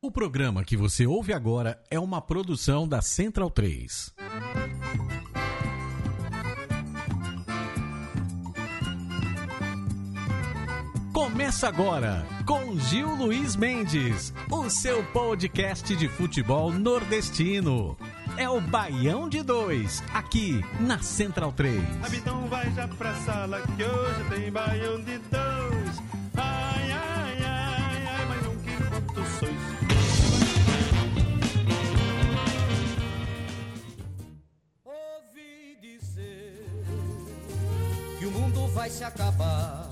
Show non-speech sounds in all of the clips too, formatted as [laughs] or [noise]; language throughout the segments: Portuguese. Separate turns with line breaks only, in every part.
O programa que você ouve agora é uma produção da Central 3. Começa agora com Gil Luiz Mendes, o seu podcast de futebol nordestino. É o Baião de Dois, aqui na Central 3.
Capitão, então vai já pra sala que hoje tem baião de dois. Ai, ai, ai, ai, mas não que puto sois.
Ouvi dizer que o mundo vai se acabar,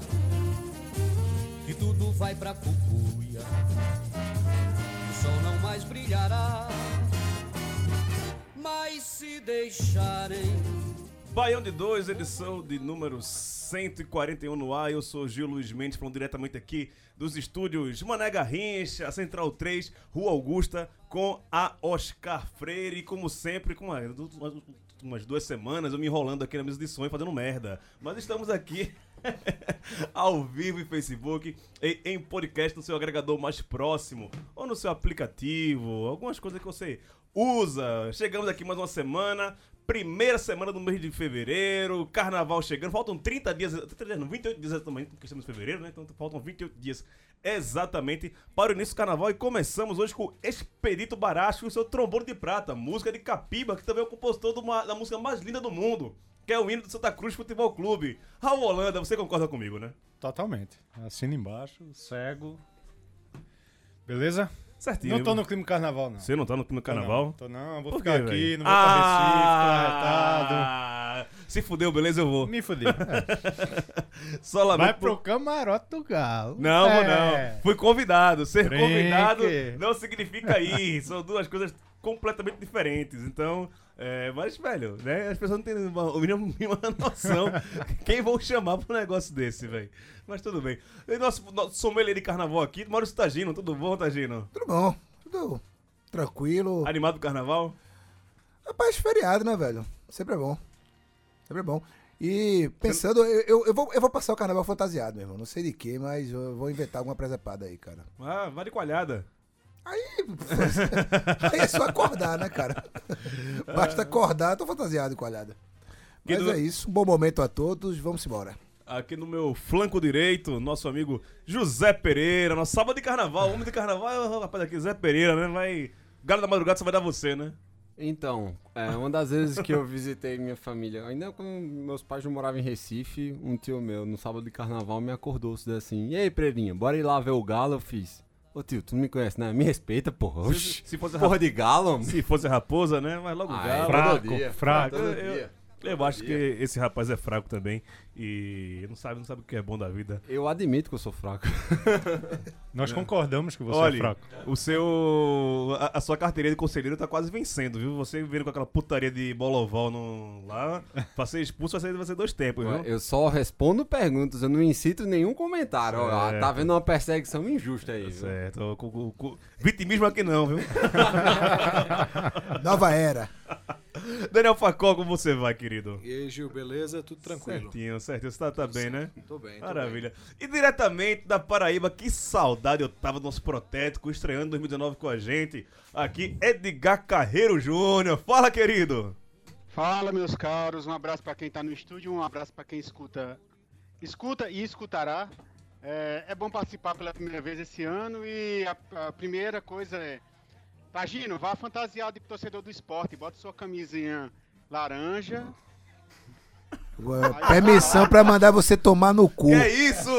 que tudo vai pra cucuia, que o sol não mais brilhará. Mas se deixarem,
Baião de dois, edição de número 141 no ar. Eu sou Gil Luiz Mendes, falando diretamente aqui dos estúdios Mané Garrincha, Central 3, Rua Augusta, com a Oscar Freire. E como sempre, com a- umas- umas duas semanas eu me enrolando aqui na mesa de som e fazendo merda. Mas estamos aqui [laughs] ao vivo em Facebook e em podcast no seu agregador mais próximo ou no seu aplicativo, algumas coisas que você usa. Chegamos aqui mais uma semana, primeira semana do mês de fevereiro, carnaval chegando, faltam 30 dias, 30 dias não, 28 dias exatamente, porque estamos em fevereiro, né? Então faltam 28 dias exatamente para o início do carnaval e começamos hoje com Expedito Baracho e o seu trombone de prata, música de Capiba, que também é o compositor de uma- da música mais linda do mundo. Que é o hino do Santa Cruz Futebol Clube. Raul Holanda, você concorda comigo, né?
Totalmente. Assina embaixo, cego. Beleza?
Certinho.
Não tô no clima carnaval, não.
Você não tá no, no carnaval?
Não, tô não, vou
Por
ficar
quê,
aqui,
velho?
não vou pra Recife, tá retado.
Ah, Se fudeu, beleza, eu vou.
Me fudi. É.
Só lamento
Vai
por- [laughs]
pro camarote do galo.
Não, vou
É.
não. Fui convidado. Ser
Brinque.
convidado não significa ir. São duas coisas completamente diferentes. Então, é, mas, velho, né? As pessoas não têm uma, [laughs] a mínima noção [laughs] quem vão chamar pra um negócio desse, velho. Mas tudo bem. E nosso, nosso sommelier de carnaval aqui, Maurício Tagino. Tudo bom, Tagino?
Tudo bom, tudo tranquilo.
Animado do carnaval?
Rapaz, feriado, né, velho? Sempre é bom. Sempre é bom. E pensando, eu, eu, eu vou, eu vou passar o carnaval fantasiado, meu irmão. Não sei de que, mas eu vou inventar alguma presepada aí, cara.
Ah, vale coalhada.
Aí, [laughs] aí é só acordar,
[laughs]
né, cara? Basta acordar, tô fantasiado com a olhada.
Que
Mas
do-
é isso, um bom momento a todos, vamos embora.
Aqui no meu flanco direito, nosso amigo José Pereira, nosso sábado de carnaval, homem de carnaval, é o rapaz aqui, Zé Pereira, né? Vai. Galo da madrugada só vai dar você, né?
Então, é, uma das vezes que eu visitei minha família, ainda quando meus pais não moravam em Recife, um tio meu, no sábado de carnaval, me acordou se assim, e aí, Preirinha, bora ir lá ver o galo? Eu fiz, ô tio, tu não me conhece, né? Me respeita, porra. Oxi,
se fosse
porra de galo, homem.
Se fosse raposa, né? Vai logo
Ah,
galo.
é,
Fraco,
todo dia,
fraco.
todo
Eu-
dia.
Eu acho que esse rapaz é fraco também e não sabe, não sabe o que é bom da vida.
Eu admito que eu sou fraco.
Nós concordamos que você
Olha,
é fraco.
o seu. A, a sua carteirinha de conselheiro tá quase vencendo, viu? Você vindo com aquela putaria de boloval no, lá, pra ser expulso vai ser, vai ser dois tempos, viu?
Eu só respondo perguntas, eu não incito nenhum comentário. Ó,
É.
Certo.
tá vendo uma perseguição injusta
Tá
aí. viu?
Certo, com- com- com- vitimismo aqui não, viu? [laughs]
Nova era.
Daniel Facol, como você vai, querido?
E aí, Gil, beleza? Tudo tranquilo?
Certinho, certinho. Você tá, tá bem, né?
Tô bem, tô
Maravilha. E diretamente da Paraíba, que saudade eu tava do nosso protético, estreando 2019 com a gente. Aqui, Edgar Carreiro Júnior. Fala, querido!
Fala, meus caros. Um abraço para quem tá no estúdio, um abraço para quem escuta, escuta e escutará. É, é bom participar pela primeira vez esse ano e a, a primeira coisa é, Tagino, vá fantasiado de torcedor do esporte, bota sua camisinha laranja.
Permissão pra mandar você tomar no cu.
Que é isso?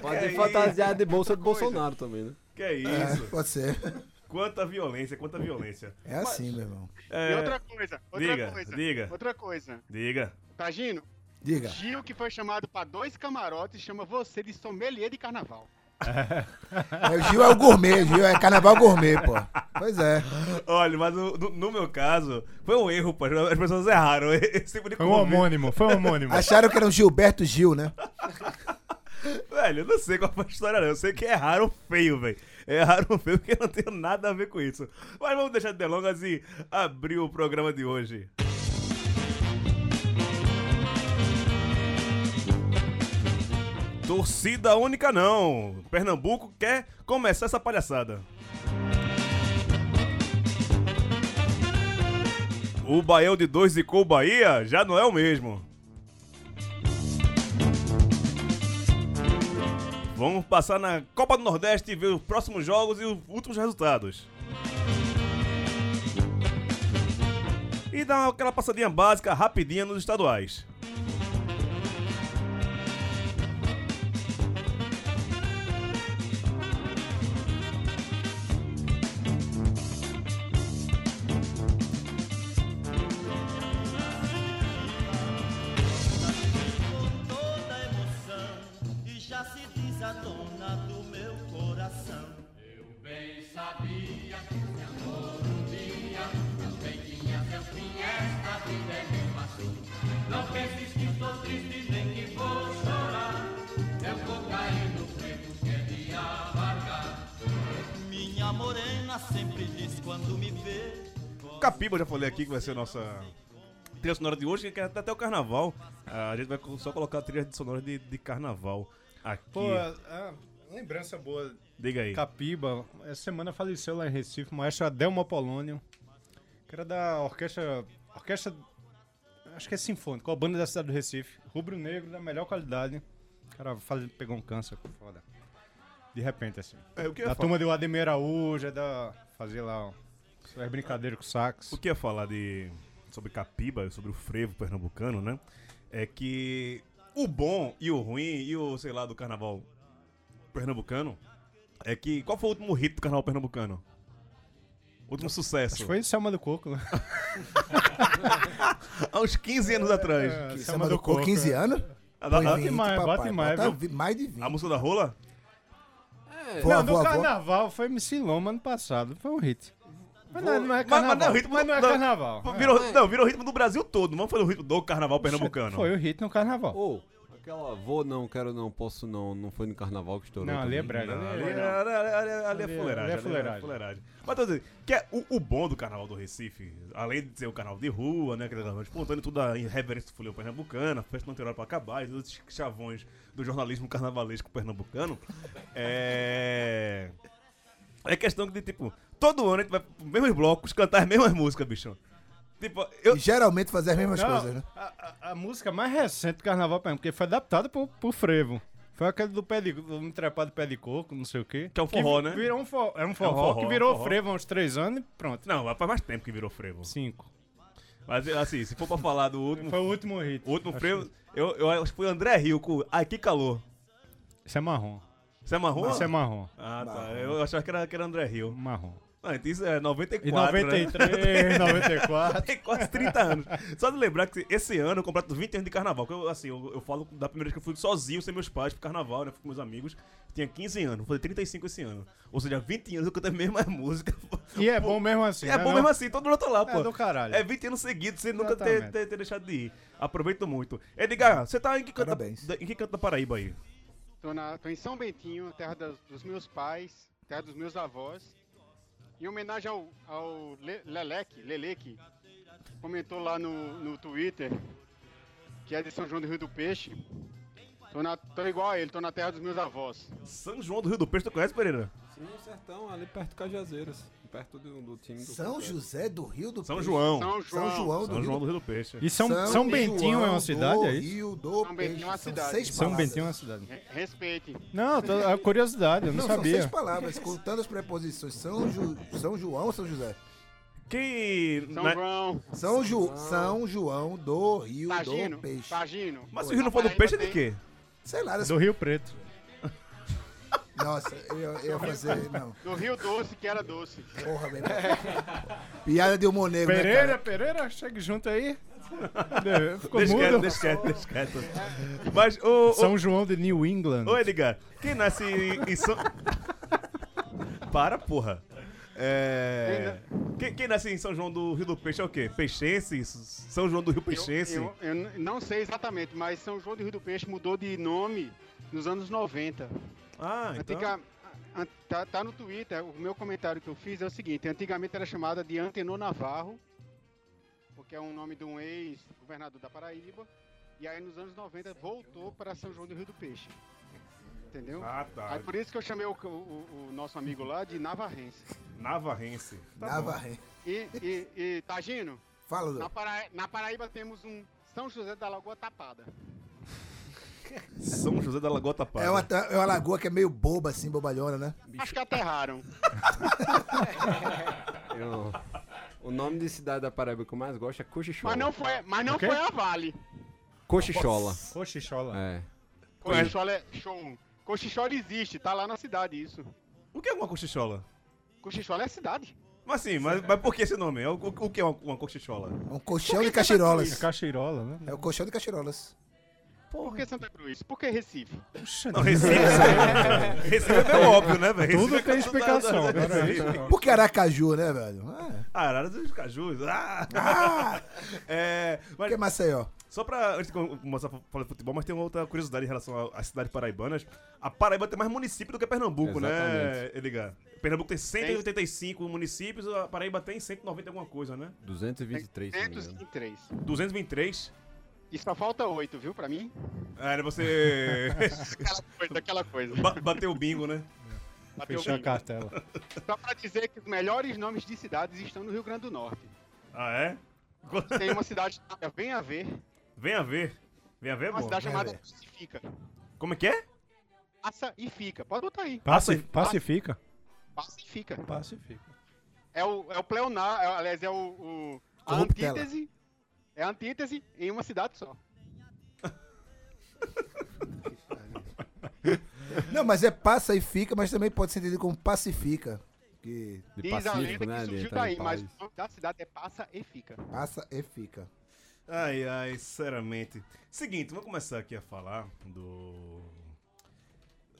Pode
que
ir
é
fantasiado Tá de bolsa do Bolsonaro também, né?
isso? Que é
É,
isso?
pode ser.
Quanta violência, quanta violência.
É assim, meu irmão.
É,
E outra coisa, outra
diga,
coisa,
diga.
outra coisa.
Diga.
Tagino,
Diga.
Gil que foi chamado para dois camarotes chama você de sommelier de carnaval.
É, o Gil é o gourmet, Gil é carnaval gourmet, pô. Pois é.
Olha, mas no, no- no meu caso, foi um erro, pô. As pessoas erraram [laughs] esse tipo de
Foi um
convite.
homônimo, foi um
[laughs]
homônimo.
Acharam que era um Gilberto Gil, né?
Velho, eu não sei qual foi a história, não. Eu sei que erraram feio, velho. Erraram feio porque eu não tenho nada a ver com isso. Mas vamos deixar de delongas e abrir o programa de hoje. Torcida única não. Pernambuco quer começar essa palhaçada. O Baião de 2 zicou o Bahia já não é o mesmo. Vamos passar na Copa do Nordeste e ver os próximos jogos e os últimos resultados. E dar aquela passadinha básica rapidinha nos estaduais.
toda a emoção e já se diz a dona do meu coração. Eu bem sabia que um amor um dia também tinha seu fim, esta vida é bem fácil. Não persiste, estou triste, nem que vou chorar. É o cocaíno preto que é de amargar. Minha morena sempre diz quando me vê.
Capiba, eu já falei aqui que vai ser a nossa trilha sonora de hoje, que é até o carnaval. Ah, A gente vai co- só colocar a trilha de sonora de, de carnaval aqui.
Pô, a, a lembrança boa.
Diga aí.
Capiba, essa semana faleceu lá em Recife o maestro Adelmo Polônio, que era da orquestra. Orquestra. Acho que é sinfônica, a banda da cidade do Recife. Rubro Negro, da melhor qualidade. O cara faz- pegou um câncer, foda. De repente, assim.
É, o que eu
Da
ia falar?
turma de Ademir Araújo, é da. Fazer lá. ó, Suas brincadeiras com sax.
O que ia falar de sobre capiba, sobre o frevo pernambucano, né? É que o bom e o ruim e o, sei lá, do carnaval pernambucano é que qual foi o último hit do carnaval pernambucano? Último
Acho
sucesso.
que foi Selma do Coco, [laughs] né?
[laughs] Há uns 15 anos atrás.
É,
Você mandou com 15 anos?
A, da- da-
vinte. mais, bate mais,
Bota
viu?
vi- mais de 20.
a música da rola?
Voa,
Ah,
não, no
voa, voa.
carnaval foi MC Loma ano passado. Foi um hit. Mas não, não é
Mas- mas
carnaval.
não é o ritmo-
não é
não-
carnaval.
Virou, não, virou o ritmo do Brasil todo, não foi o ritmo do carnaval pernambucano.
Foi o hit no carnaval.
Ou, aquela vou não, quero não, posso não, não foi no carnaval que estourou.
não, ali é
também?
brega.
Não,
ali
ali,
é-
ali, ali, ali é
Ali é-
fuleiragem.
ali é
ali
fuleiragem.
fuleiragem. Mas tô dizendo, que é o, o bom do carnaval do Recife, além de ser o carnaval de rua, né? Aquele carnaval espontâneo, tudo a irreverência do fuleiro pernambucana, festa não tem hora pra acabar, e todos os chavões do jornalismo carnavalesco pernambucano. [laughs] é. É questão de, tipo, todo ano a gente vai pros mesmos blocos cantar as mesmas músicas, bicho. Tipo, eu.
E geralmente fazer as mesmas
Não,
coisas, né?
a, a- a música mais recente do carnaval, pernambucano, porque foi adaptada pro, pro frevo. Foi aquele do pé de do entrepado pé de coco, não sei o quê.
Que é um forró, né?
Virou um forró, é um forró,
forró,
que
é um
virou
forró.
frevo há uns três anos e pronto.
Não, faz mais tempo que virou frevo.
Cinco.
Mas, assim, se for pra falar do último.
Foi o último hit.
O último
Acho
frevo, eu, eu acho que foi o André Rio com Ai Que Calor.
que- Isso é marrom.
Isso é marrom?
Isso é marrom.
Ah, tá. Eu achava que era, que era André Rio.
Marrom.
Não, então isso é
E
94. Né?
93, 94.
[laughs] Tem quase 30 anos. Só de lembrar que esse ano eu completo 20 anos de carnaval. Que eu, assim, eu, eu falo da primeira vez que eu fui sozinho, sem meus pais, pro carnaval, né? Fui com meus amigos. Tinha 15 anos, vou fazer 35 esse ano. Ou seja, 20 anos eu canto a mesma [laughs] música.
E é
Pô,
bom mesmo assim.
e é
né,
bom
não?
mesmo assim, todo mundo tá lá, pô.
É do caralho.
É 20 anos seguidos, sem nunca ter,
Exatamente.
ter- ter deixado de ir. Aproveito muito. Edgar, você tá em que canto,
Parabéns.
da- em que canto da Paraíba aí?
Tô, na, tô em São Bentinho, terra das- dos meus pais, terra dos meus avós. Em homenagem ao, ao Le, Leleque, Leleque, comentou lá no, no Twitter, que é de São João do Rio do Peixe. Tô, na, tô igual a ele, tô na terra dos meus avós.
São João do Rio do Peixe, tu conhece, Pereira?
Sim, o um sertão, ali perto do Cajazeiras. Perto do, do time do.
São José do Rio do
São
Peixe.
João.
São João.
São João do
São João
Rio
do Rio do Peixe.
E São, São, Bentinho é uma cidade, é isso?
Rio do
São Bentinho
Peixe.
é uma
São
cidade.
seis
São
palavras.
Bentinho é uma cidade.
Re- Respeite.
Não, tô, é curiosidade, eu não,
Não, são
sabia.
seis palavras, contando as preposições. São, Ju- São João, São José.
Quem.
São
na-
João.
São, Ju... São João do Rio
Pagino.
do Peixe.
Pagino.
Mas se o Rio não for do Peixe, é de quê?
Sei lá, dessa...
Do Rio Preto.
nossa, eu, eu ia fazer. Não,
Do Rio Doce, que era doce.
porra, velho. [laughs] Piada de humor negro, né,
Pereira,
cara?
Pereira, chegue junto aí. Deu, Ficou
Deixa quieto,
mudo.
deixa quieto, deixa quieto. Mas, ô. ô-
São João de New England.
Ô, Edgar, quem nasce em em São. Para, porra. É. Quem, quem nasce em São João do Rio do Peixe é o quê? Peixense? S- São João do Rio
Eu,
Peixense?
eu- eu n- não sei exatamente, mas São João do Rio do Peixe mudou de nome nos anos 90.
Ah, então.
Antiga, an- tá, tá no Twitter, o meu comentário que eu fiz é o seguinte, antigamente era chamada de Antenor Navarro, porque é um nome de um ex-governador da Paraíba, e aí nos anos 90 voltou para São João do Rio do Peixe. Entendeu?
Ah,
Aí
tá.
por isso que eu chamei o, o- o nosso amigo lá de Navarrense.
Navarrense. Tá bom.
Navarre.
E, e, e Tagino,
Fala,
Na,
Dudu.
Para- na Paraíba temos um São José da Lagoa Tapada.
São José da Lagoa Tapada.
É uma, ta- é uma lagoa que é meio boba, assim, bobalhona, né?
Acho que aterraram.
Eu- o nome de cidade da Paraíba que eu mais gosto é Cochichola.
Mas não foi, mas não
Ok.
foi a Vale.
Cochichola.
Cochichola.
É.
Cochichola é show. Cochichola existe, tá lá na cidade isso.
O que é uma cochichola?
Cochichola é cidade.
Mas sim, mas, mas por que esse nome? É O, o- o que é uma, uma cochichola?
É um colchão de cachirolas.
É Cachirola, né?
É o colchão de cachirolas.
Por que Santa Cruz? Por que Recife?
Oxe,
Não, Recife.
[laughs]
Recife é meio óbvio, né, velho?
Tudo
Recife é
tem
tudo da-
explicação. né,
da- da-
Agora,
Recife.
Por que Aracaju, né, velho? Ah,
Araras dos Cajus. Ah!
Ah!
É,
por que
mas
Maceió?
só pra. Antes de eu começar a falar de futebol, mas tem uma outra curiosidade em relação à- às cidades paraibanas. A Paraíba tem mais município do que Pernambuco, né,
Exatamente.
Edgar? Pernambuco tem 185 municípios, a Paraíba tem 190 e alguma coisa, né?
223, se não me engano.
203.
223.
E só falta oito, viu, pra mim?
Era É, né, você. [laughs]
Aquela coisa, aquela coisa.
ba- Bateu o bingo, né?
Bateu
Fechou a
comigo.
cartela.
Só pra dizer que os melhores nomes de cidades estão no Rio Grande do Norte.
Ah, é?
Tem uma cidade chamada Vem a Ver,
Vem a ver. Vem a ver, é
uma
bom.
cidade
Vem a
chamada
Ver.
Passa e Fica.
Como é que é?
Passa e Fica. Pode botar aí.
Paci- Pacifica.
Passa e Fica.
Pacifica.
É o, é o pleonar, é, aliás, é o, o- a
Corruptela.
antítese. É a antítese em uma cidade só.
Não, mas é passa e fica, mas também pode ser entendido como pacifica. Que
De
Diz a
Pacífico,
lenda
né?
que
De
surgiu
entrar em
daí, mas
paz.
o nome da cidade é Passa e Fica.
passa e fica.
Ai, ai, sinceramente. Seguinte, vamos começar aqui a falar do.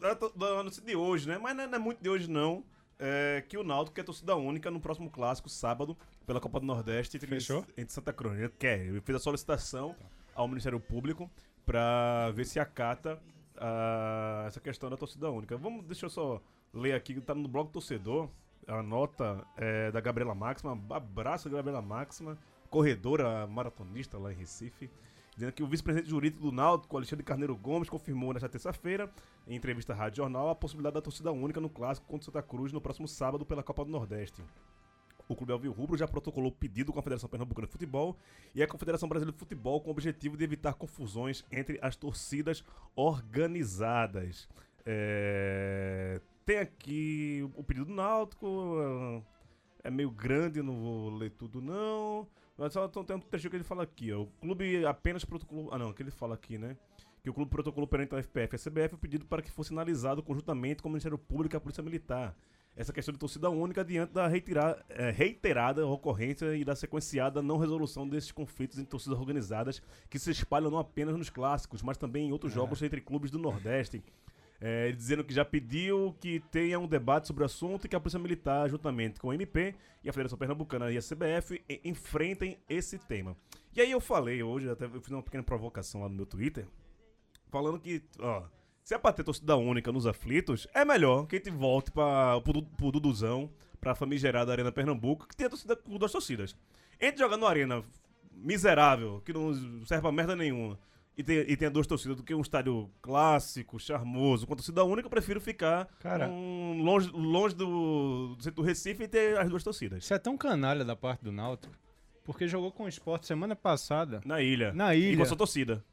da- Da notícia de hoje, né? Mas não é, não é muito de hoje, não. É que o Náutico é torcida única no próximo clássico, sábado, pela Copa do Nordeste entre,
Fechou?
entre Santa Cruz. Ele quer, ele fez a solicitação ao Ministério Público pra ver se acata ah, essa questão da torcida única. Vamos, deixa eu só ler aqui, que tá no bloco torcedor, a nota é, da Gabriela Máxima. Abraço, Gabriela Máxima, corredora maratonista lá em Recife. Dizendo que o vice-presidente jurídico do Náutico, Alexandre Carneiro Gomes, confirmou nesta terça-feira, em entrevista à Rádio Jornal, a possibilidade da torcida única no clássico contra o Santa Cruz no próximo sábado pela Copa do Nordeste. O Clube Alvio Rubro já protocolou pedido com a Federação Pernambucana de Futebol e a Confederação Brasileira de Futebol com o objetivo de evitar confusões entre as torcidas organizadas. É, Tem aqui o pedido do Náutico, é é meio grande, não vou ler tudo não. Mas só tem um trecho que ele fala aqui, ó. O clube é apenas protocolou... Ah não, que ele fala aqui, né? que o clube protocolou perante a FPF e a CBF o é pedido para que fosse analisado conjuntamente com o Ministério Público e a Polícia Militar. Essa questão de torcida única diante da reitera- eh, reiterada ocorrência e da sequenciada não resolução desses conflitos entre torcidas organizadas que se espalham não apenas nos clássicos, mas também em outros jogos entre clubes do Nordeste. Eh, dizendo que já pediu que tenha um debate sobre o assunto e que a Polícia Militar, juntamente com o MP e a Federação Pernambucana e a CBF, e- enfrentem esse tema. E aí eu falei hoje, até eu fiz uma pequena provocação lá no meu Twitter, falando que, ó, se é pra ter torcida única nos aflitos, é melhor que a gente volte pra, pro, Du- pro Duduzão, pra famigerada Arena Pernambuco, que tem a torcida com duas torcidas. Entre jogar na Arena miserável, que não serve pra merda nenhuma, e tem, e tem duas torcidas do que um estádio clássico, charmoso, com torcida única, eu prefiro ficar
Cara.
um- longe, longe do, do centro do Recife e ter as duas torcidas.
Isso é tão canalha da parte do Náutico, porque jogou com o esporte semana passada
Na ilha.
Na
E
ilha.
com a sua torcida.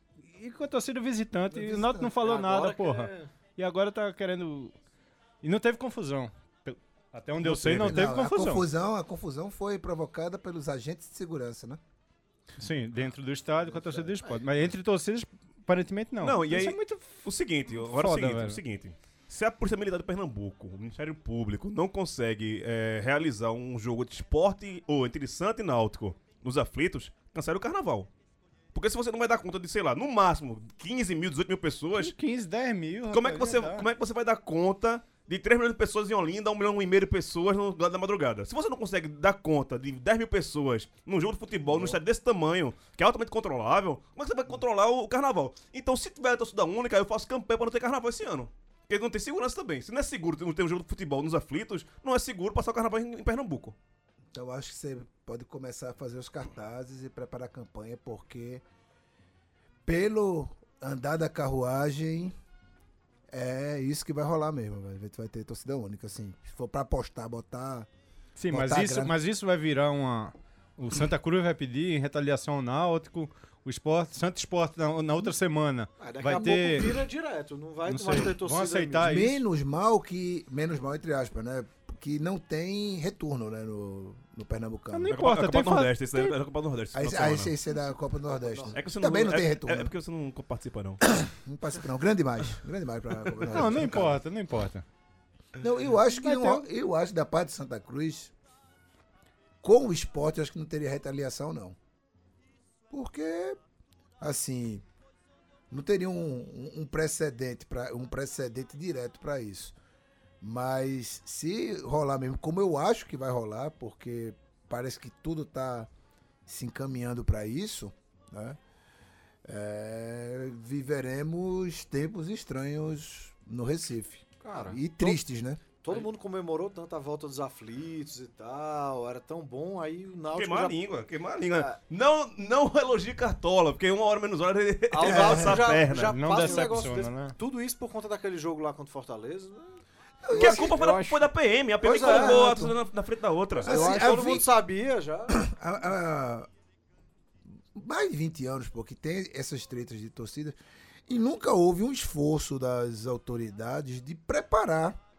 e com a torcida visitante, e o Náutico não falou nada,
Agora que
porra.
é-
E agora tá querendo... E não teve confusão. Pe- Até onde
Não
eu sei, não
Não, é
teve
A
confusão.
confusão, a confusão foi provocada pelos agentes de segurança, né?
Sim, dentro do estádio com a torcida do esporte. Mas entre torcidas, aparentemente não.
Não, e
Isso
aí-
é muito...
O seguinte, agora é
Foda,
o seguinte,
velho.
o seguinte. Se a Polícia Militar de Pernambuco, o Ministério Público, não consegue eh, realizar um jogo de esporte ou entre Santa e Náutico nos aflitos, cancela o carnaval. Porque se você não vai dar conta de, sei lá, no máximo 15 mil, 18 mil pessoas,
15, 10 mil,
como é,
rapaz,
que você,
já dá.
como é que você vai dar conta de 3 milhões de pessoas em Olinda, 1 milhão e meio de pessoas no lado da madrugada? Se você não consegue dar conta de 10 mil pessoas num jogo de futebol, num estádio desse tamanho, que é altamente controlável, como é que você vai controlar o carnaval? Então, se tiver a torcida única, eu faço campanha pra não ter carnaval esse ano. Porque não tem segurança também. Se não é seguro não ter um jogo de futebol nos aflitos, não é seguro passar o carnaval em em Pernambuco.
Então eu acho que você pode começar a fazer os cartazes e preparar a campanha, porque pelo andar da carruagem é isso que vai rolar mesmo, velho. A gente vai ter torcida única, assim. Se for pra apostar, botar.
Sim,
botar
mas
a
isso,
grana.
mas isso vai virar uma, O Santa Cruz vai pedir em retaliação ao Náutico. O Sport, Santa Sport na, na outra semana
Ah, daqui a
vai
pouco
ter.
vira direto, não vai
Não
não mais
sei,
ter
vão
torcida. mesmo.
aceitar Ah, isso.
Menos mal que. Menos mal, entre aspas, né? Que não tem retorno, né? No, no Pernambucano.
Eu nem-
É a Copa,
importa,
é a Copa
tem
do
fa-
Nordeste, esse
tem-
é a Copa do Nordeste.
Aí,
esse final
aí
de semana.
esse é da Copa do Nordeste.
É que você
Também não
é-
tem
é-
retorno.
É porque você não participa, não.
Não participa, não. Grande demais. Grande demais pra Copa do Nordeste.
Não, não
cara.
importa, não importa.
Não, eu acho que
Vai
não- eu acho que da parte de Santa Cruz, com o esporte, eu acho que não teria retaliação, não. Porque, assim, não teria um, um- um precedente para um precedente direto para isso. Mas se rolar mesmo, como eu acho que vai rolar, porque parece que tudo tá se encaminhando para isso, né? É, viveremos tempos estranhos no Recife.
Cara,
E tristes, né?
todo mundo comemorou tanto a volta dos aflitos e tal, era tão bom, aí o Náutico
Queimar a
já...
língua, queimar a língua.
Ah.
É.
Não, não elogie Cartola, porque uma hora menos hora
[laughs]
ele
Aí o
passa
Náutico
a
já,
perna.
já
É, Não
passa um
decepciona,
negócio desse.
né?
Tudo isso por conta daquele jogo lá contra o Fortaleza. né?
Porque a culpa foi, da,
acho-
foi da PM, a PM
Pois é,
colocou a
Renato.
torcida na, na frente da outra.
Assim,
eu acho que
a
todo
vi-
mundo sabia já.
há, há mais de 20 anos, pô, que tem essas tretas de torcida e nunca houve um esforço das autoridades de preparar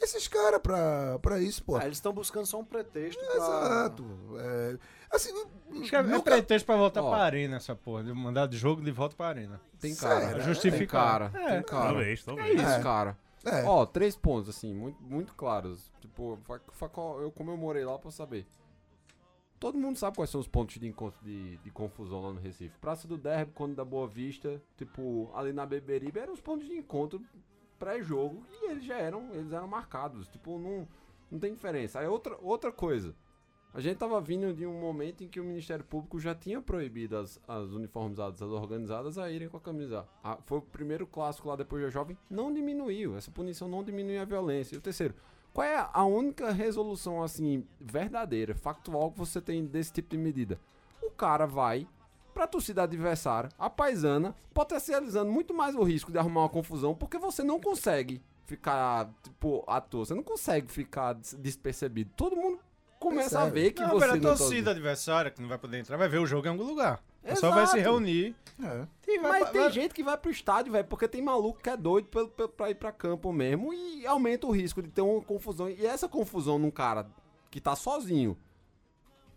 esses caras pra, pra isso, pô.
Ah, eles estão buscando só um pretexto pra...
Exato. É, assim,
Acho que é, é
nunca...
pretexto pra voltar
Ó.
pra arena essa porra. de Mandar de jogo de volta pra arena.
Tem
Será?
cara.
né? Justifica.
Tem cara. Tem cara.
Talvez, talvez.
É isso,
É.
cara.
É,
Ó, três pontos, assim, muito, muito claros. Tipo, fa- fa- qual- eu comemorei lá pra saber. Todo mundo sabe quais são os pontos de encontro de, de confusão lá no Recife. Praça do Derby, quando da Boa Vista, tipo, ali na Beberibe, eram os pontos de encontro pré-jogo e eles já eram, eles eram marcados. Tipo, não, não tem diferença. Aí outra, outra coisa. A gente tava vindo de um momento em que o Ministério Público já tinha proibido as, as uniformizadas, as organizadas, a irem com a camisa. A- foi o primeiro clássico lá depois da jovem. Não diminuiu. Essa punição não diminuiu a violência. E o terceiro, qual é a única resolução, assim, verdadeira, factual que você tem desse tipo de medida? O cara vai pra torcida adversária, a paisana, potencializando muito mais o risco de arrumar uma confusão, porque você não consegue ficar, tipo, à toa. Você não consegue ficar des- despercebido. Todo mundo começa a
Percebe.
ver que
não,
você
pera, a
não tá-
torcida adversária que não vai poder entrar vai ver o jogo em algum lugar. É Só vai se
Exato.
reunir.
é.
e vai-
Mas
vai-
tem gente que vai pro estádio, velho, porque tem maluco que é doido pra, pra- pra ir pra campo mesmo e aumenta o risco de ter uma confusão. E essa confusão num cara que tá sozinho,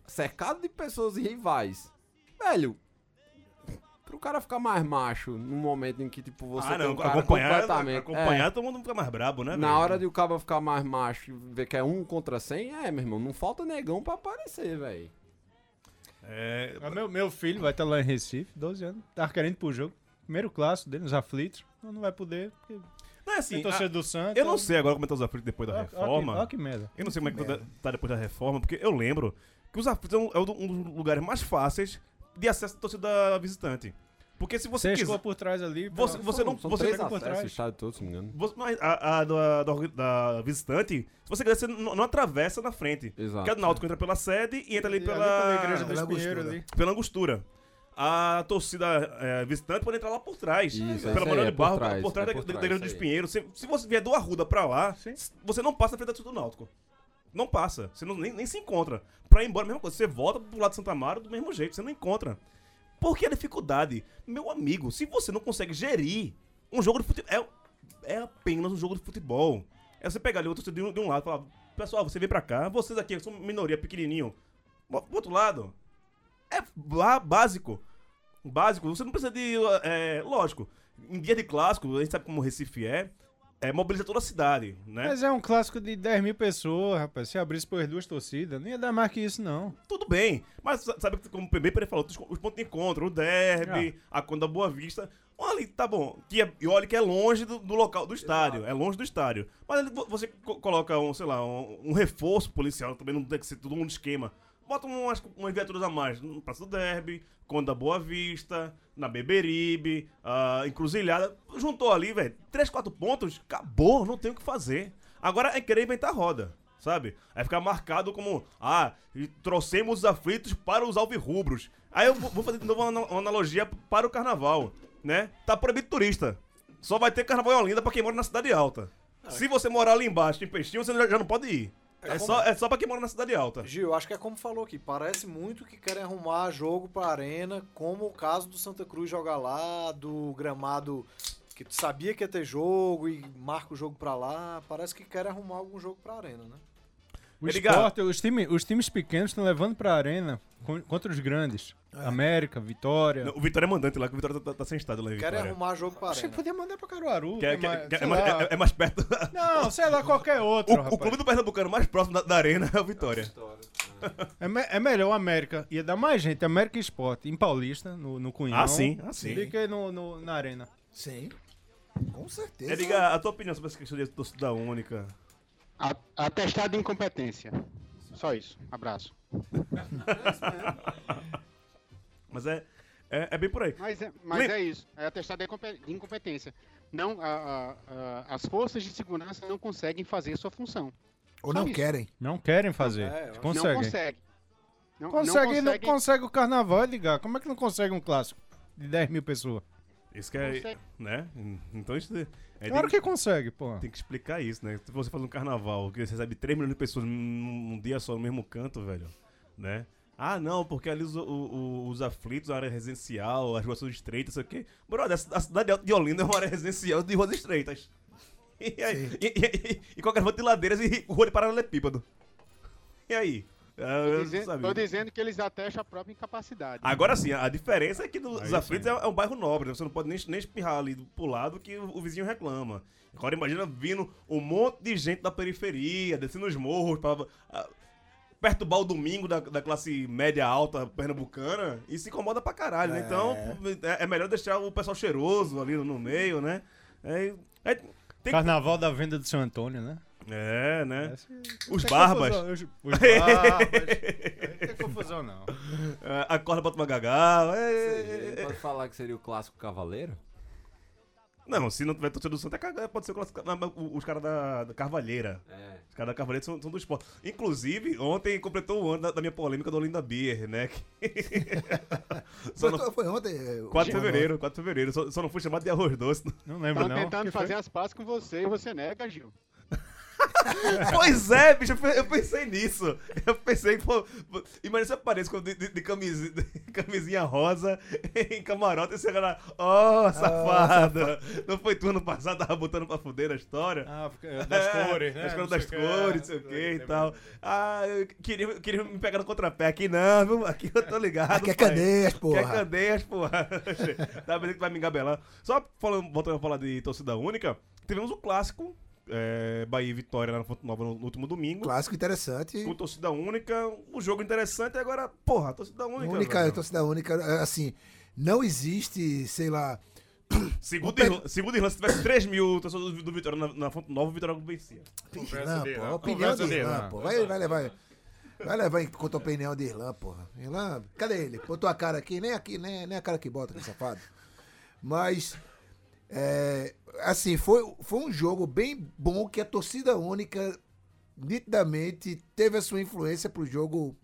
cercado de pessoas rivais, velho, pro cara ficar mais macho num momento em que, tipo, você
ah,
tem
não,
um cara
acompanhar,
completamente...
acompanhar todo mundo fica mais brabo, né?
é,
velho?
na hora de o cara ficar mais macho e ver que é um contra cem, é, meu irmão, não falta negão pra aparecer, velho.
É,
Ah, Meu, meu filho vai estar lá em Recife, 12 anos. Tava querendo ir pro jogo. Primeiro clássico dele, nos aflitos. Não vai poder, porque
não é
tem
assim.
torcida
a-
do Santos. então
eu não sei agora como é que tá os aflitos depois da
[laughs] Olha- olha que-
reforma.
Olha que merda.
Eu não sei como é que tá- tá depois da reforma, porque eu lembro que os aflitos é um, é um dos lugares mais fáceis de acesso à torcida visitante. Porque se você
Você escoa
quiser.
por trás ali.
Você, você não.
São
Você
três
pega por
acessos,
trás.
estádio todo, se não me engano.
Você- mas a, a da, da orga- da visitante, se você quiser, você não, não atravessa na frente.
Exato.
Porque a do Náutico entra pela sede e entra ali
E ali
pela,
pela igreja do
pela
Espinheiro
Angostura.
ali.
pela angostura. A torcida é, visitante pode entrar lá por trás.
Isso, é isso
pela
aí,
Manuel
é
de
por
Barro,
trás,
por trás
é
da
por
da- da
trás,
Igreja do
isso aí.
Espinheiro. Se, se você vier do Arruda pra lá,
Sim.
você não passa na frente da torcida do Náutico. Não passa. Você não, nem, nem se encontra. Pra ir embora, mesma coisa. Você volta pro lado de Santa Mara do mesmo jeito. Você não encontra. Por que a dificuldade? Meu amigo, se você não consegue gerir um jogo de futebol. É, é apenas um jogo de futebol. É você pegar ali outro de um, de um lado e falar: Pessoal, você vem pra cá, vocês aqui que são minoria pequenininho. Bota pro outro lado. É lá básico. Básico. Você não precisa de. é, lógico, em dia de clássico, a gente sabe como o Recife é. É, mobiliza toda a cidade, né?
Mas é um clássico de 10 mil pessoas, rapaz. Se abrisse por duas torcidas, não ia dar mais que isso, não.
Tudo bem, mas sa- sabe que como o PB ele falou, os os pontos de encontro, o derby, a conta da Boa Vista. Olha, tá bom. Que é, e olha que é longe do, do local do estádio. É longe do estádio. Mas ele- vo- você co- coloca um, sei lá, um, um reforço policial, também não tem que ser todo mundo esquema. Bota um, umas, umas viaturas a mais no Praça do Derby, Conda Boa Vista, na Beberibe, ah, Encruzilhada. Juntou ali, velho. Três, quatro pontos, acabou, não tem o que fazer. Agora é querer inventar roda sabe? Aí fica marcado como, ah, e trouxemos os aflitos para os alvirrubros. Aí eu vou vou fazer de novo uma ana- uma analogia para o carnaval, né? Tá proibido turista.
Ah.
Só vai ter carnaval em Olinda pra quem mora na cidade alta. Se você morar ali embaixo, em Peixinho, você já já não pode ir. É só, é só pra quem mora na cidade alta.
Gil, acho que é como falou aqui, parece muito que querem arrumar jogo pra arena, como o caso do Santa Cruz jogar lá, do gramado que tu sabia que ia ter jogo e marca o jogo pra lá. Parece que querem arrumar algum jogo pra arena, né?
O
Edgar.
esporte, os, time, os times pequenos estão levando pra arena con- contra os grandes.
É.
América, Vitória.
Não, O Vitória é mandante lá, que o Vitória tá, tá- tá sem estado lá em
Querem
Vitória.
arrumar jogo pra
Achei que
arena.
podia mandar pra Caruaru.
Quer-
tem
quer-
um mais-
quer- é,
sei
mais,
lá.
é- é mais perto. da-
Não, sei lá, qualquer
[laughs]
outro.
O, o
rapaz.
clube do Pernambucano mais próximo da, da arena é o Vitória.
É, me- é melhor América. Ia dar mais gente. América Esporte, em Paulista, no, no Cunhão.
Ah, sim, ah, sim.
Do que no, no- na Arena.
Sim. Com certeza.
Edgar, a tua opinião sobre essa questão de torcida única?
A- Atestado de incompetência. Só isso. Abraço.
Mas é, é, é bem por aí.
Mas, é, mas é isso. É atestado de incompe- de incompetência. Não, a- a- a- as forças de segurança não conseguem fazer sua função.
Ou
só
não
isso.
querem.
Não querem fazer.
É, eu-
conseguem.
Não conseguem. Não, não
Consegue, não
conseguem-
consegue o carnaval, Edgar. Como é que não consegue um clássico de 10 mil pessoas?
Isso que é.
Consegue.
Né? Então isso. É, tem
Claro
que-
que consegue, pô.
Tem que explicar isso, né? Se você faz um carnaval que você recebe 3 milhões de pessoas num num dia só no mesmo canto, velho, né? Ah, não, porque ali os, o- o- os aflitos, a área residencial, as ruas são estreitas, sei o quê. Brother, a ci- a cidade de Olinda é uma área residencial de ruas estreitas. E, aí, e, e, e, e qualquer rua de ladeiras e rua de paralelepípado. E aí? Ah, eu não
Dizer,
sabia.
tô dizendo que eles atestam a própria incapacidade.
Agora sim, a diferença é que do- os
sim.
aflitos é, é um bairro nobre, né? você não pode nem, nem espirrar ali do- pro lado que o, o vizinho reclama. Agora imagina vindo um monte de gente da periferia, descendo os morros pra ah, perturbar o domingo da, da classe média alta pernambucana e se incomoda pra caralho, né? Então é, é melhor deixar o pessoal cheiroso ali no, no meio, né? É, é- tem que-
Carnaval da venda do São Antônio, né?
é, né?
Essa-
Os
Tem
barbas.
confusão, Os, os barbas.
[laughs]
Não tem confusão, não.
É, Acorda, bota uma gagá. é, é, é.
Pode falar que seria o clássico cavaleiro?
Não, se não tiver torcida do Santa, é cagada, pode ser o clássico- mas os caras da, da Carvalheira.
É.
Os caras da Carvalheira são, são do esporte. Inclusive, ontem completou o ano da, da minha polêmica do Olinda Beer, né? [laughs] Que- só
Foi,
não,
foi ontem. é, o-
4 de fevereiro, 4 de fevereiro. Só, só não fui chamado de arroz doce.
Não lembro,
Estão
não.
tentando
Que foi?
fazer as pazes com você e você nega, Gil.
pois é, bicho, eu pe- eu pensei nisso. Eu pensei, pô, pô, imagina se eu apareço com- de, de- de camisi- de [laughs] camisinha rosa [laughs] em camarote e você era,
Ah,
ó, safada. Não foi tu ano passado, tava botando pra fuder a história.
Ah, porque- das
É,
cores, né?
As
Não
cores das
sei o que,
cores, não
é.
sei o que e tal. Ah, eu queria, queria me pegar no contrapé. Aqui não, viu? Aqui eu tô ligado.
Aqui é
pai.
cadeias,
Aqui é
porra.
cadeias, porra. [laughs] tá pensando que vai me engabelar. Só falando, voltando a falar de torcida única, tivemos o clássico é, Bahia e Vitória lá na Fonte Nova no, no último domingo.
Clássico interessante.
Com torcida única, um jogo interessante. Agora, porra, torcida única.
Única,
velho.
torcida única, é, assim, não existe, sei lá,
Segundo, Irla- segundo Irlanda, se tivesse 3 mil torcedores do, do Vitória na, na Fonte Nova, o Vitória vencia.
Irlan,
de
porra.
Irlan.
A opinião
Conversa
de
de
Irlan,
Irlan.
pô. Vai, vai levar. Vai levar em conta a opinião de Irlan, porra. Irlan, cadê ele? Botou a cara aqui, nem aqui, nem, nem a cara que bota, que safado. Mas, é, assim, foi, foi um jogo bem bom que a torcida única nitidamente teve a sua influência pro jogo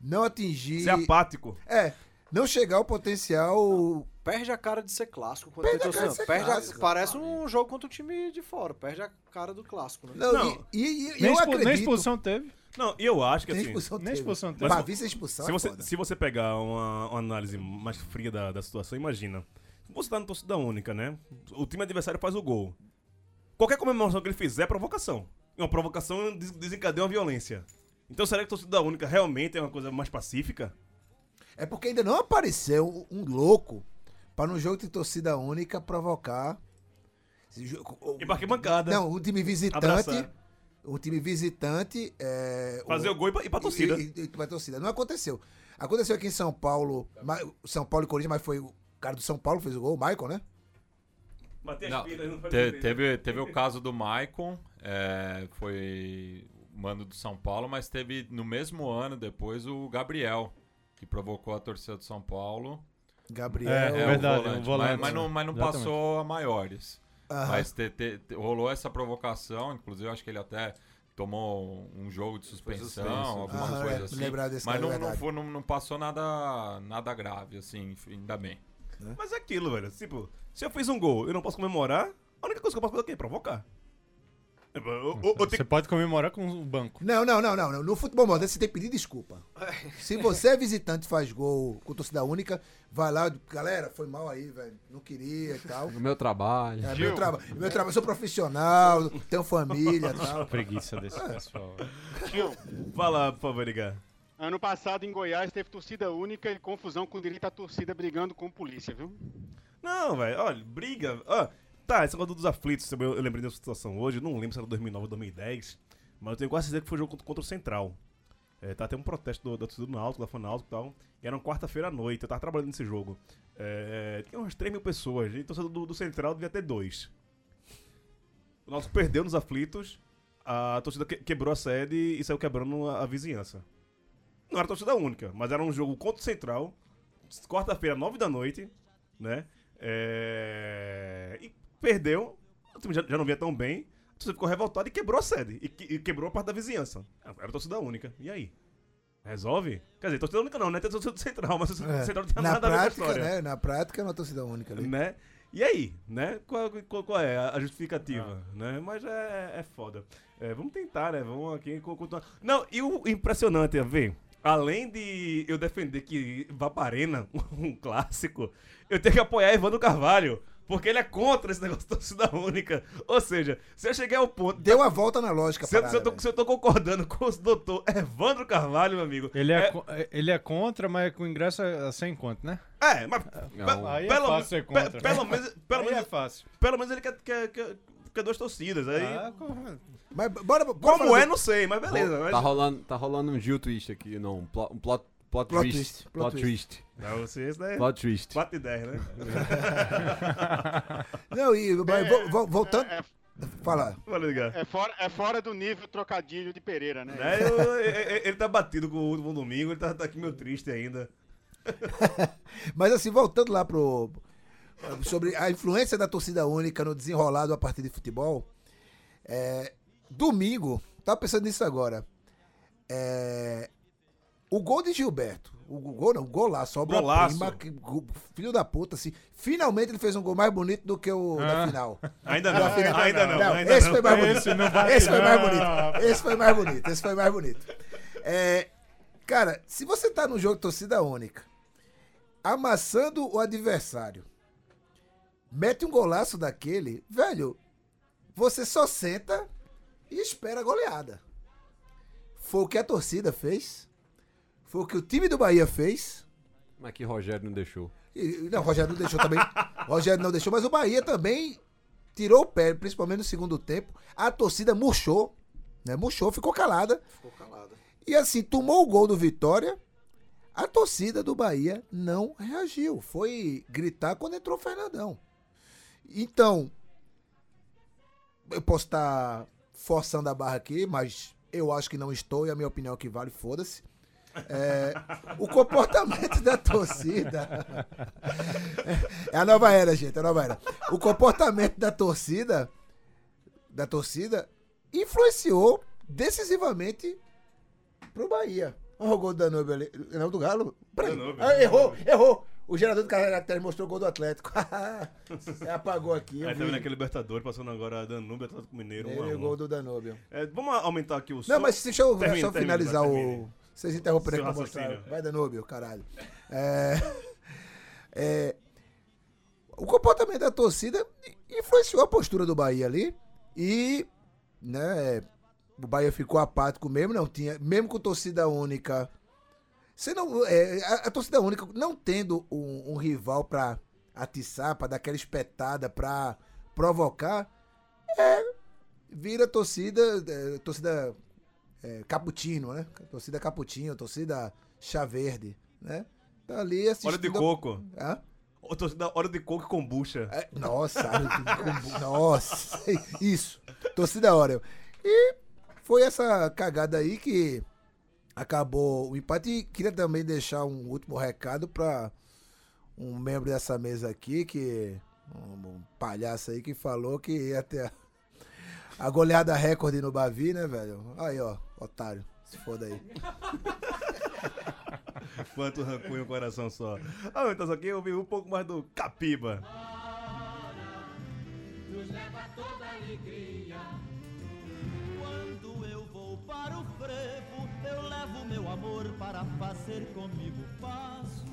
não atingir.
Isso é apático.
É, não chegar ao potencial.
Perde a cara de ser clássico. Quando perde
a cara de ser
perde
clássico,
a, Parece um jogo contra o time de fora. Perde a cara do clássico, né?
Não,
Não.
E, e- e
Nem,
eu
expu-
acredito.
nem expulsão teve.
Não, e eu acho que
Nem
assim.
expulsão
Nem
teve.
expulsão teve.
Pra vir sem expulsão
Se
é
você,
foda.
se você pegar uma, uma análise mais fria da, da situação, imagina. Você tá no torcida única, né? O time adversário faz o gol. Qualquer comemoração que ele fizer é provocação. E uma provocação des- desencadeia uma violência. Então será que a torcida única realmente é uma coisa mais pacífica?
É porque ainda não apareceu um louco para um jogo de torcida única provocar. esse jo- o-
E pra arquibancada.
Não, um time visitante.
Abraçar.
Um time visitante. é,
Fazer o gol e pra, e pra torcida.
E, e- e pra torcida. Não aconteceu. Aconteceu aqui em São Paulo. mas- São Paulo e Corinthians, mas foi o cara do São Paulo que fez o gol, o Michael, né?
Bater
Não,
pilhas, não faz
te-
sentido.
teve, teve o caso do Maicon, é, foi mando do São Paulo, mas teve no mesmo ano depois o Gabriel, que provocou a torcida do São Paulo.
Gabriel.
É,
o
verdade,
volante,
o volante,
mas, mas não, mas não
exatamente.
passou a maiores.
Aham.
Mas te- te- te- rolou essa provocação, inclusive eu acho que ele até tomou um jogo de suspensão, alguma
Aham, é,
coisa
me
assim.
lembrar desse
mas
cara, é
não, não,
verdade.
foi- não- não passou nada, nada grave, assim, ainda bem.
Mas é aquilo, velho. Tipo, se eu fiz um gol eu não posso comemorar, a única coisa que eu posso fazer é o quê? Provocar. Eu Ô, ô, ô, tem-
Você pode comemorar com o banco.
Não, não, não, não, não. No futebol moderno você tem que pedir desculpa. Se você é visitante e faz gol com torcida única, vai lá, galera, foi mal aí, velho. Não queria e tal.
O meu trabalho.
É, meu trabalho, meu trabalho, sou profissional, tenho família e tal.
Preguiça desse pessoal.
Gil,
Fala, É. por favor, Edgar.
ano passado em Goiás teve torcida única e confusão com direito à torcida brigando com polícia, viu?
Não, velho, olha, briga. ó, tá, esse negócio dos aflitos, também eu, eu lembrei dessa situação hoje, não lembro se era 2009 ou 2010, mas eu tenho quase certeza que foi jogo contra, contra o Central. É, tá até um protesto do, da torcida do Náutico, da Fanáutico e tal, e era uma quarta-feira à noite, eu tava trabalhando nesse jogo. É, tinha umas 3 mil pessoas, e torcedor do, do Central devia ter dois. O Náutico perdeu nos aflitos, a torcida que- quebrou a sede e saiu quebrando a, a vizinhança. Não era torcida única, mas era um jogo contra o Central, quarta-feira, 9 da noite, né? É, E perdeu. O time já, já não vinha tão bem. A torcida ficou revoltada e quebrou a sede. E, que- e quebrou a parte da vizinhança. Era torcida única. E aí? Resolve? Quer dizer, torcida única não, né? Tem torcida do Central, mas torcida do Central não tem
É, Na
nada a ver com a
prática,
história.
né? Na prática é uma torcida única ali.
Né? E aí, né? Qual, qual- qual é a justificativa?
Ah.
Né? Mas é, é foda. É, vamos tentar, né? Vamos aqui co- continuar. Não, e o impressionante é ver, além de eu defender que vá pra arena, [laughs] um clássico, eu tenho que apoiar Evandro Carvalho. Porque ele é contra esse negócio [laughs] de torcida única. Ou seja, se eu chegar ao ponto.
Deu a volta na lógica,
se, eu-
parada,
se eu tô,
velho.
se eu tô concordando [laughs] com o doutor Evandro Carvalho, meu amigo.
Ele é,
É,
co- ele é contra, mas com ingresso é sem conto, né?
é, mas.
Não.
pe-
Aí é
pelo,
fácil ser
pe-
contra.
pelo menos. Pelo
Aí
menos
é fácil.
pelo menos ele quer, quer, quer, quer duas torcidas. Aí,
Ah, com-
Mas bora, bora
como
falar
é,
do-
não sei, mas beleza.
Tá
Mas...
rolando, tá rolando um Gil Twist aqui, não. Um plot, um plot, plot,
Plot
twist.
twist, plot
Plot twist.
Pra vocês, né?
Plot twist.
4 e 10, né?
[laughs] Não, e mas vo- vo- voltando.
É,
Fala.
Vou ligar.
é fora, é fora do nível trocadilho de Pereira, né?
Né, eu- e- e- ele tá batido com o último domingo, ele tá, tá aqui meio triste ainda.
Mas assim, voltando lá pro. Sobre a influência da torcida única no desenrolar de uma partida de futebol. é, domingo, tava pensando nisso agora. É, o gol de Gilberto. O gol não, o gol lá, sobra
Golaço.
prima. que go- filho da puta, assim. Finalmente ele fez um gol mais bonito do que o da final.
Ah. Ainda não, ainda não,
Não,
ainda
esse
não.
foi mais bonito. Esse,
Esse não bate,
foi mais
não,
bonito.
rapaz.
Esse foi mais bonito. Esse foi mais bonito. É, cara, se você tá num jogo de torcida única, amassando o adversário, mete um golaço daquele, velho, você só senta e espera a goleada. Foi o que a torcida fez. Foi o que o time do Bahia fez.
Mas que Rogério não deixou.
E- Não, o Rogério não deixou também. O Rogério não deixou, mas o Bahia também tirou o pé, principalmente no segundo tempo. A torcida murchou, né? Murchou, ficou calada.
Ficou calado.
E assim, tomou o gol do Vitória. A torcida do Bahia não reagiu. Foi gritar quando entrou o Fernandão. Então, eu posso estar forçando a barra aqui, mas eu acho que não estou e a minha opinião é que vale, foda-se. É, o comportamento da torcida. [laughs] É a nova era, gente, é a nova era. O comportamento da torcida da torcida influenciou decisivamente pro Bahia. Olha o gol do Danube ali. Não, do Galo? Peraí.
Danube.
Ah, errou, errou. O gerador de caracteres mostrou o gol do Atlético. [laughs] É, Apagou aqui. eu
Aí tá
vi.
vendo aqui Libertadores, passando agora Danúbio, Atlético Mineiro,
Ele é o
1
gol
a 1
do Danúbio.
É, Vamos aumentar aqui o som.
Não, mas deixa eu
Termine,
só
termine,
finalizar
vai,
o.
termine.
Vocês interromperam
Seu
pra mostrar.
raciocínio.
Vai, Danúbio, caralho. É, [laughs] é, o comportamento da torcida influenciou a postura do Bahia ali. E, né, o Bahia ficou apático mesmo, não tinha. Mesmo com torcida única. Você não, é, a, a torcida única, não tendo um, um rival pra atiçar, pra dar aquela espetada, pra provocar, é, vira torcida, é, torcida é, caputino, né? Torcida caputino, torcida chá verde, né? Tá ali assistindo...
Óleo de coco.
Hã?
Ô, torcida, Óleo de coco e kombucha.
É, nossa, olha que combo- nossa, isso, torcida Oreo. E foi essa cagada aí que acabou o empate. E queria também deixar um último recado pra um membro dessa mesa aqui, que um, um palhaço aí que falou que ia ter a, a goleada recorde no Bavi, né, velho? Aí, ó, otário, se foda aí.
Quanto rancunho o um coração só. Aumentar isso aqui, eu vi um pouco mais do Capiba.
nos leva toda alegria. para fazer comigo passo.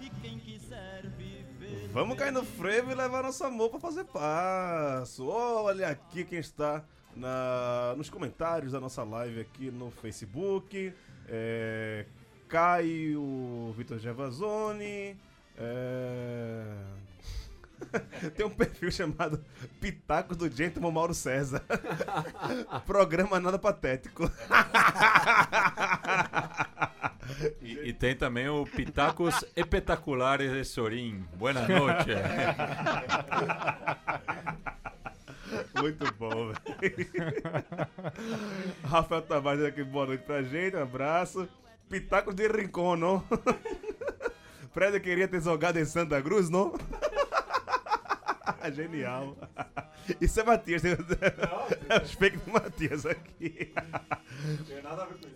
E quem quiser viver.
Vamos cair no frevo e levar nosso amor pra fazer passo. Olha aqui quem está na- nos comentários da nossa live aqui no Facebook. É, Caio Vitor Gervasoni. é, [laughs] Tem um perfil chamado Pitacos do Gentleman Mauro César. [laughs] Programa nada patético.
E, e tem também o Pitacos Espetaculares de Sorim. Boa
[laughs]
noite.
É,
Muito bom, velho. Rafael Tavares aqui, boa noite pra gente, um abraço. Pitacos de Rincon, não? [laughs] Fred queria ter jogado em Santa Cruz, não? [laughs] Genial. Isso é Matias. Tem... [laughs] É os fake do Matias aqui.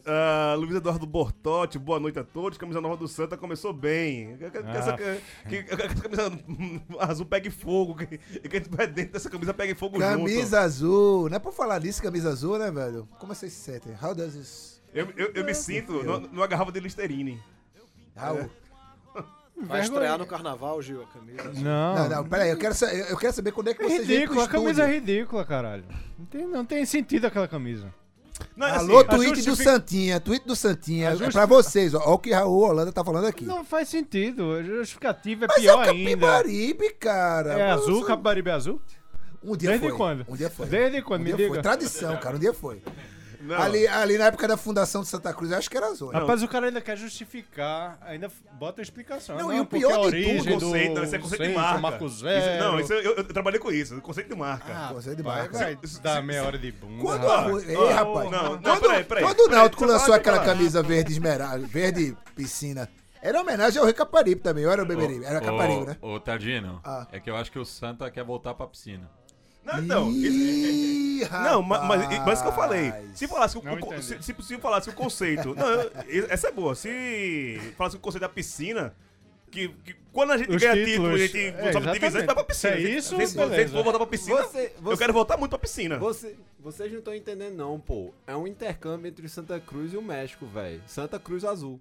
Ah, Luiz Eduardo Bortotti, boa noite a todos. Camisa nova do Santa começou bem. Que- que- que Essa,
Ah.
que- que- que essa camisa azul pegue fogo. Que, que a gente vai dentro dessa camisa pegue fogo junto.
Camisa azul. Não é por falar nisso, camisa azul, né, velho? Como vocês se sentem? How does this...
Eu, eu, eu me sinto numa, numa garrafa de Listerine.
How...
Vai estrear no carnaval, Gil, a camisa.
Não.
Não, não, peraí. Eu quero, sa- eu quero saber quando é que
É
vocês vêm pro
ridículo, a camisa é
estúdio.
ridícula, caralho. Não tem, não tem sentido aquela camisa.
Não, é
Alô,
assim, a
tweet do
justifi-
Santinha, tweet do Santinha. É pra vocês, ó. Olha o que Raul Holanda tá falando aqui.
Não faz sentido. A justificativa é
Mas
pior
é o
ainda.
Capibaribe, cara.
É
Mas
azul,
você-
Capibaribe é azul?
Um dia
Desde
foi.
quando?
Um dia foi.
Desde quando?
Um
Me
dia
diga.
foi. Tradição, cara. Um dia foi.
Não,
Ali, ali na época da fundação de Santa Cruz, eu acho que era azul. né?
Rapaz, o cara ainda quer justificar, ainda f- bota explicação.
Não,
Não,
e o
porque
pior
a
de
origem
tudo,
do
conceito, não, isso é conceito de
centro,
marca.
Marco
Isso- é-
Zero.
não, isso eu, eu trabalhei com isso, conceito de
Ah,
marca.
Conceito é de
Vai,
marca.
vai dar meia hora de bunda.
Quando,
rapaz.
a- Ei,
ó,
rapaz,
ah, não, não,
quando,
peraí, peraí,
quando o
peraí,
Náutico
você
lançou
pode
aquela
falar.
camisa verde esmeralda, verde piscina, era homenagem ao Recaparibe também, ou era o Beberibe? Era Caparibe, né?
Ô, Tardino,
Ah.
é que eu acho que o Santa quer voltar pra piscina.
Não, então. isso- é-
Ih,
Não, ma- mas, mas, isso que eu falei. Se falasse que o,
Não
o-
entendi.
se, se, se falasse que o conceito. não, eu- essa é boa. Se falasse que o conceito da piscina. Que, que quando a gente
Os
ganha título,
títulos.
a gente
É,
sobe divisão, a gente
exatamente.
vai pra piscina.
Se é isso,
se, se,
beleza.
for voltar pra piscina,
Você-
eu
você-
quero voltar muito pra piscina.
Você, vocês não estão entendendo, não, pô. É um intercâmbio entre Santa Cruz e o México, velho. Santa Cruz Azul.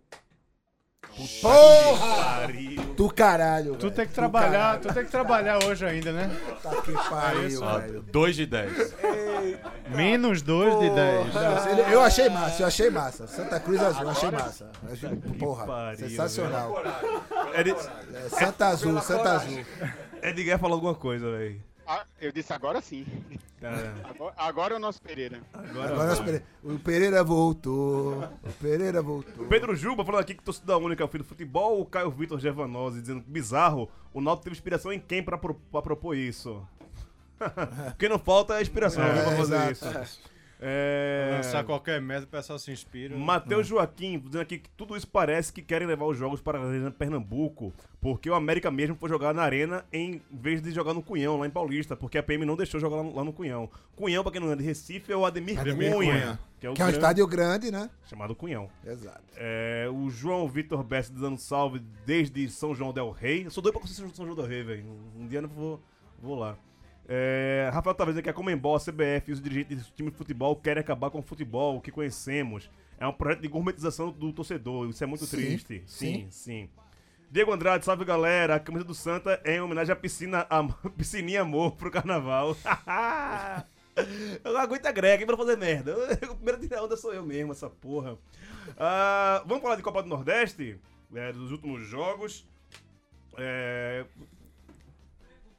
Porra!
Pariu.
Do caralho,
Tu
velho.
tem que
Do
trabalhar,
caralho.
tu tem que trabalhar hoje ainda, né?
Tá que pariu,
Ó,
velho.
2 de 10.
Menos dois de dez.
Não, ele- Eu achei massa, eu achei massa. Santa Cruz Azul, eu achei massa. Eu achei- Porra,
pariu,
sensacional.
Ed,
É, Santa Azul, Santa Azul.
Edgar falou alguma coisa, velho.
Ah, eu disse agora sim. Agora, agora é o nosso Pereira.
Agora os Pere- o Pereira voltou. O Pereira voltou.
Pedro Juba falando aqui que torcida única é o fim do futebol. O Caio Vitor Gervanosi dizendo que bizarro. O Náutico teve inspiração em quem pra, pro- pra propor isso? [laughs] Porque não falta é inspiração
É,
pra fazer
exato.
isso. É...
Lançar qualquer merda, o pessoal se inspira. né?
Matheus Joaquim dizendo aqui que tudo isso parece que querem levar os jogos para a Arena Pernambuco, porque o América mesmo foi jogar na Arena em vez de jogar no Cunhão, lá em Paulista, porque a PM não deixou jogar lá no, lá no Cunhão. Cunhão, pra quem não lembra de Recife, é o Ademir,
Ademir
Cunha,
Cunha.
que é o
Que é um
grande-
estádio grande, né?
chamado Cunhão.
Exato.
É, o João Vitor Bessa dando salve desde São João Del Rey. Eu sou doido pra conhecer São João Del Rey, velho. Um dia eu vou, vou lá. É, Rafael Tavares dizendo que a Comembol, a CBF e os dirigentes dos times de futebol querem acabar com o futebol que conhecemos. É um projeto de gourmetização do torcedor. Isso é muito
Sim,
triste. Sim, sim. Diego Andrade, salve galera. A camisa do Santa é em homenagem à piscina, à [laughs] piscininha amor pro carnaval. [laughs] Eu não aguento a Greg pra fazer merda. [laughs] O primeiro tirar onda sou eu mesmo, essa porra. Ah, vamos falar de Copa do Nordeste? É, dos últimos jogos. É,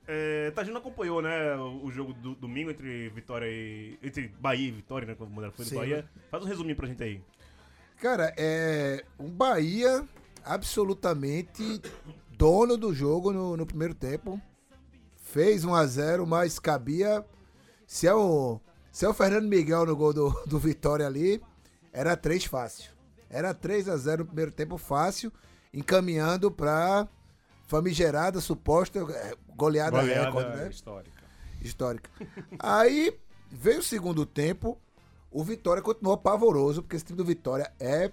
é, Tajino acompanhou, né, o o jogo do domingo entre Vitória e. Entre Bahia e Vitória, né? Quando o Mandela foi do
Sim.
Bahia. Faz um resuminho pra gente aí.
Cara, é um Bahia absolutamente dono do jogo no, no primeiro tempo. Fez 1 a 0 mas cabia. Se é o, se é o Fernando Miguel no gol do, do Vitória ali, era 3 fácil. Era 3 a 0 no primeiro tempo fácil, encaminhando pra famigerada, suposta é, goleada,
Goleada
recorde, né?
histórica.
histórica. Aí veio o segundo tempo, o Vitória continuou pavoroso, porque esse time do Vitória é.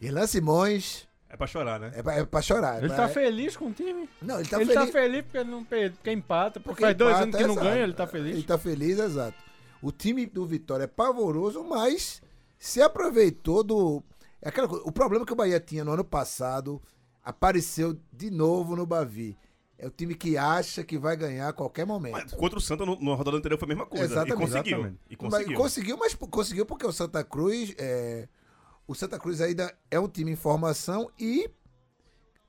Irlan Simões
É pra chorar, né?
é pra, é pra chorar. é
Ele
pra-
tá feliz com o time?
Não, ele tá
ele
feliz.
tá feliz porque não perde, porque empata, porque,
porque
faz dois
empata, é
anos que não
exato.
ganha, ele tá feliz.
Ele tá feliz, é exato. O time do Vitória é pavoroso, mas se aproveitou do. É aquela coisa, o problema que o Bahia tinha no ano passado apareceu de novo no Bavi. É o time que acha que vai ganhar a qualquer momento.
Mas contra o Santa, no- na rodada anterior, foi a mesma coisa.
Exatamente.
E conseguiu.
Exatamente.
E
Mas
conseguiu.
conseguiu, mas po- conseguiu porque o Santa Cruz. é, o Santa Cruz ainda é um time em formação e,